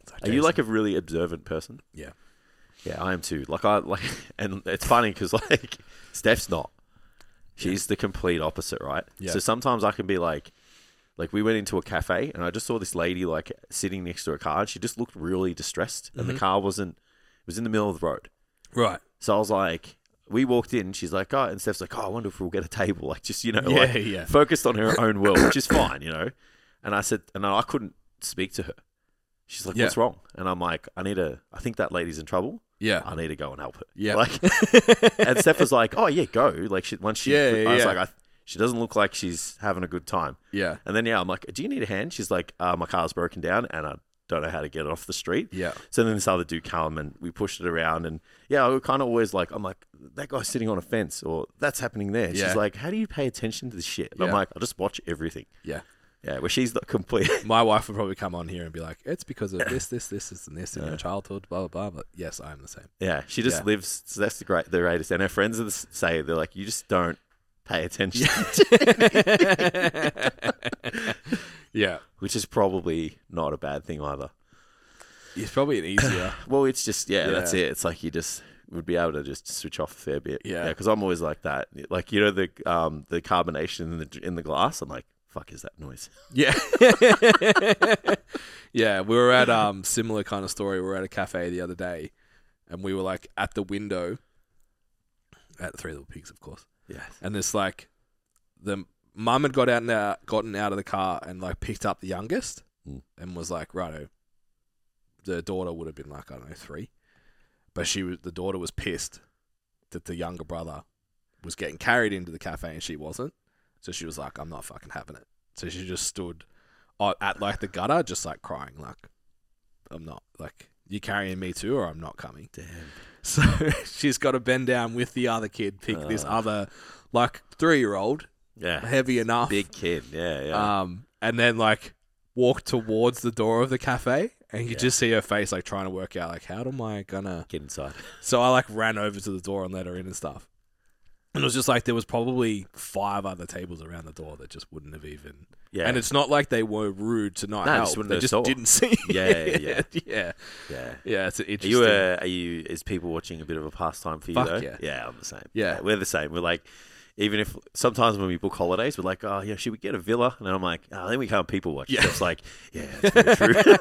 Speaker 2: It's
Speaker 1: Are you
Speaker 2: Jason.
Speaker 1: like a really observant person?
Speaker 2: Yeah.
Speaker 1: Yeah, I am too. Like I like, (laughs) and it's funny because like (laughs) Steph's not. She's the complete opposite, right?
Speaker 2: Yeah.
Speaker 1: So sometimes I can be like, like we went into a cafe and I just saw this lady like sitting next to a car and she just looked really distressed and
Speaker 2: Mm-hmm.
Speaker 1: the car wasn't it was in the middle of the road.
Speaker 2: right?
Speaker 1: So I was like, we walked in, she's like, oh, and Steph's like, oh, I wonder if we'll get a table. Like, just, you know,
Speaker 2: Yeah,
Speaker 1: like,
Speaker 2: yeah.
Speaker 1: focused on her own world, which is fine, you know? And I said, and I couldn't speak to her. She's like,
Speaker 2: Yeah.
Speaker 1: what's wrong? And I'm like, I need to, I think that lady's in trouble.
Speaker 2: Yeah,
Speaker 1: I need to go and help her.
Speaker 2: Yeah. (laughs)
Speaker 1: Like, and Steph was like, oh, yeah, go. Like, she, once she,
Speaker 2: Yeah, yeah,
Speaker 1: I was
Speaker 2: yeah.
Speaker 1: like, I, she doesn't look like she's having a good time.
Speaker 2: yeah,
Speaker 1: And then, yeah, I'm like, do you need a hand? She's like, uh, my car's broken down and I don't know how to get it off the street.
Speaker 2: yeah.
Speaker 1: So then this other dude come and we pushed it around and yeah, I kind of always like I'm like that guy's sitting on a fence or that's happening there.
Speaker 2: Yeah.
Speaker 1: She's like, how do you pay attention to this shit? And I'm
Speaker 2: Yeah.
Speaker 1: like, I'll just watch everything.
Speaker 2: Yeah.
Speaker 1: Yeah, where she's not complete. (laughs)
Speaker 2: My wife would probably come on here and be like, "It's because of this, this, this, this, and this in your childhood." Blah blah blah. But yes, I am the (laughs) same.
Speaker 1: yeah, she just
Speaker 2: Yeah.
Speaker 1: lives. So that's the great, the greatest. And her friends are the, s- say they're like, you just don't pay attention,
Speaker 2: Yeah,
Speaker 1: (laughs) which is probably not a bad thing either.
Speaker 2: it's probably an easier.
Speaker 1: Well, it's just yeah, that's
Speaker 2: Yeah.
Speaker 1: it. It's like you just would be able to just switch off a fair bit.
Speaker 2: Yeah.
Speaker 1: because I'm always like that. Like you know the um the carbonation in the in the glass. I'm like, fuck, is that noise?
Speaker 2: (laughs) Yeah. yeah, we were at um similar kind of story. We were at a cafe the other day and we were like at the window at Three Little Pigs, of course.
Speaker 1: Yeah,
Speaker 2: And it's like the mum had got out and out, gotten out of the car and like picked up the youngest
Speaker 1: Mm.
Speaker 2: and was like, righto. The daughter would have been like, I don't know, three. But she was the daughter was pissed that the younger brother was getting carried into the cafe and she wasn't. So she was like, I'm not fucking having it. So she just stood o- at like the gutter, just like crying, like, I'm not, like, you carrying me too, or I'm not coming.
Speaker 1: damn.
Speaker 2: So (laughs) she's got to bend down with the other kid, pick this
Speaker 1: Ah.
Speaker 2: other, like, three year old,
Speaker 1: Yeah.
Speaker 2: heavy enough.
Speaker 1: Big kid. Yeah, yeah.
Speaker 2: Um, and then, like, walk towards the door of the cafe. And you
Speaker 1: Yeah.
Speaker 2: just see her face, like, trying to work out, like, how am I gonna.
Speaker 1: Get inside.
Speaker 2: So I, like, ran over to the door and let her in and stuff. And it was just like there was probably five other tables around the door that just wouldn't have even
Speaker 1: Yeah.
Speaker 2: and it's not like they were rude to not
Speaker 1: No, they
Speaker 2: help.
Speaker 1: just wouldn't
Speaker 2: they
Speaker 1: have
Speaker 2: just
Speaker 1: thought.
Speaker 2: didn't see.
Speaker 1: Yeah, yeah, yeah.
Speaker 2: (laughs) yeah,
Speaker 1: yeah.
Speaker 2: yeah. It's
Speaker 1: Are
Speaker 2: interesting.
Speaker 1: you uh, are you is people watching a bit of a pastime for you
Speaker 2: Fuck
Speaker 1: though?
Speaker 2: yeah.
Speaker 1: I'm the same.
Speaker 2: Yeah.
Speaker 1: We're the same. We're like even if sometimes when we book holidays, we're like, oh yeah, should we get a villa? And I'm like, oh, then we can't people watch.
Speaker 2: Yeah.
Speaker 1: Yeah. It's like, yeah, it's very
Speaker 2: (laughs)
Speaker 1: true.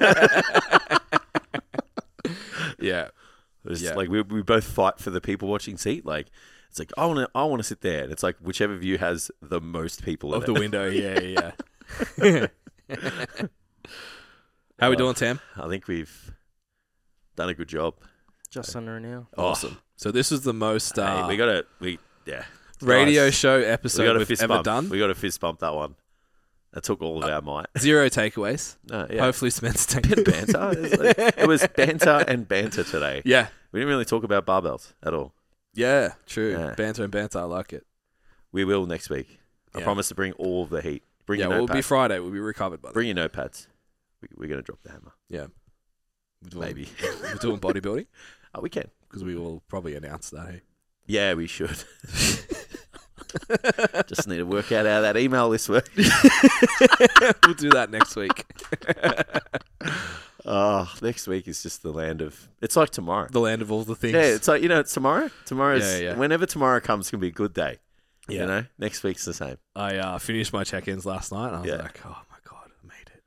Speaker 2: yeah,
Speaker 1: it's
Speaker 2: Yeah.
Speaker 1: like we, we both fight for the people watching seat. Like it's like I want to I want to sit there, and it's like whichever view has the most people in
Speaker 2: of
Speaker 1: it.
Speaker 2: the window. Yeah, yeah. yeah. (laughs) How we doing, Tam?
Speaker 1: (laughs) I think we've done a good job.
Speaker 3: Just under an hour.
Speaker 1: Awesome.
Speaker 2: So this is the most
Speaker 1: Hey,
Speaker 2: uh,
Speaker 1: we got to we yeah.
Speaker 2: radio
Speaker 1: Guys.
Speaker 2: show
Speaker 1: we got
Speaker 2: episode
Speaker 1: a
Speaker 2: we've
Speaker 1: fist
Speaker 2: ever
Speaker 1: bump.
Speaker 2: done. Uh,
Speaker 1: We got a fist bump that one. That took all of our might.
Speaker 2: Zero takeaways.
Speaker 1: No, yeah.
Speaker 2: Hopefully, Spencer take
Speaker 1: Bit of banter. It was like-
Speaker 2: (laughs)
Speaker 1: it was banter and banter today.
Speaker 2: Yeah,
Speaker 1: We didn't really talk about barbells at all.
Speaker 2: yeah, true.
Speaker 1: Yeah.
Speaker 2: Banter and banter. I like it.
Speaker 1: We will next week. I
Speaker 2: Yeah.
Speaker 1: promise to bring all of the heat. Bring
Speaker 2: yeah,
Speaker 1: your
Speaker 2: we'll
Speaker 1: notepads.
Speaker 2: be Friday. We'll be recovered by then.
Speaker 1: bring your notepads. We, we're going to drop the hammer.
Speaker 2: Yeah, We're doing, (laughs)
Speaker 1: Maybe
Speaker 2: We're doing bodybuilding
Speaker 1: (laughs) oh, we can.
Speaker 2: because we will probably announce
Speaker 1: (laughs)
Speaker 2: that. Hey? (laughs)
Speaker 1: Yeah, we should. Just need to work out how that email this (laughs) week.
Speaker 2: We'll do that
Speaker 1: (laughs)
Speaker 2: next week.
Speaker 1: Oh, next week is just the land of. It's like
Speaker 2: (laughs)
Speaker 1: tomorrow.
Speaker 2: The land of all the things.
Speaker 1: Yeah, it's like you know, it's tomorrow. Tomorrow's
Speaker 2: Yeah, yeah.
Speaker 1: whenever tomorrow comes, can be a good day.
Speaker 2: Yeah.
Speaker 1: You know, next week's the same.
Speaker 2: I uh, finished my check-ins last night, and I was
Speaker 1: Yeah.
Speaker 2: like, "Oh my god, I made it!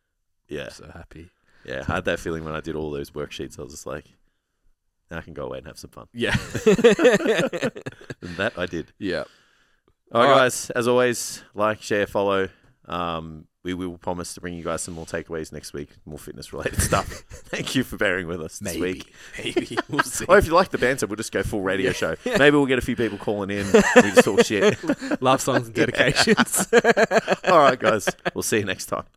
Speaker 1: Yeah,
Speaker 2: I'm so happy."
Speaker 1: yeah. I had that feeling when I did all those worksheets. I was just like, now I can go away and have some fun.
Speaker 2: Yeah,
Speaker 1: And that I did.
Speaker 2: (laughs) yeah.
Speaker 1: All right,
Speaker 2: All right.
Speaker 1: guys. As always, like, share, follow. Um, we will promise to bring you guys some more takeaways next week, more fitness related (laughs) stuff. Thank you for bearing with us this week. (laughs)
Speaker 2: maybe we'll see.
Speaker 1: Or if you like the banter, we'll just go full radio
Speaker 2: (laughs)
Speaker 1: show. Maybe we'll get a few people calling in. We just talk shit.
Speaker 2: (laughs)
Speaker 1: (laughs)
Speaker 2: Love songs and dedications.
Speaker 1: All right, guys. We'll see you next time.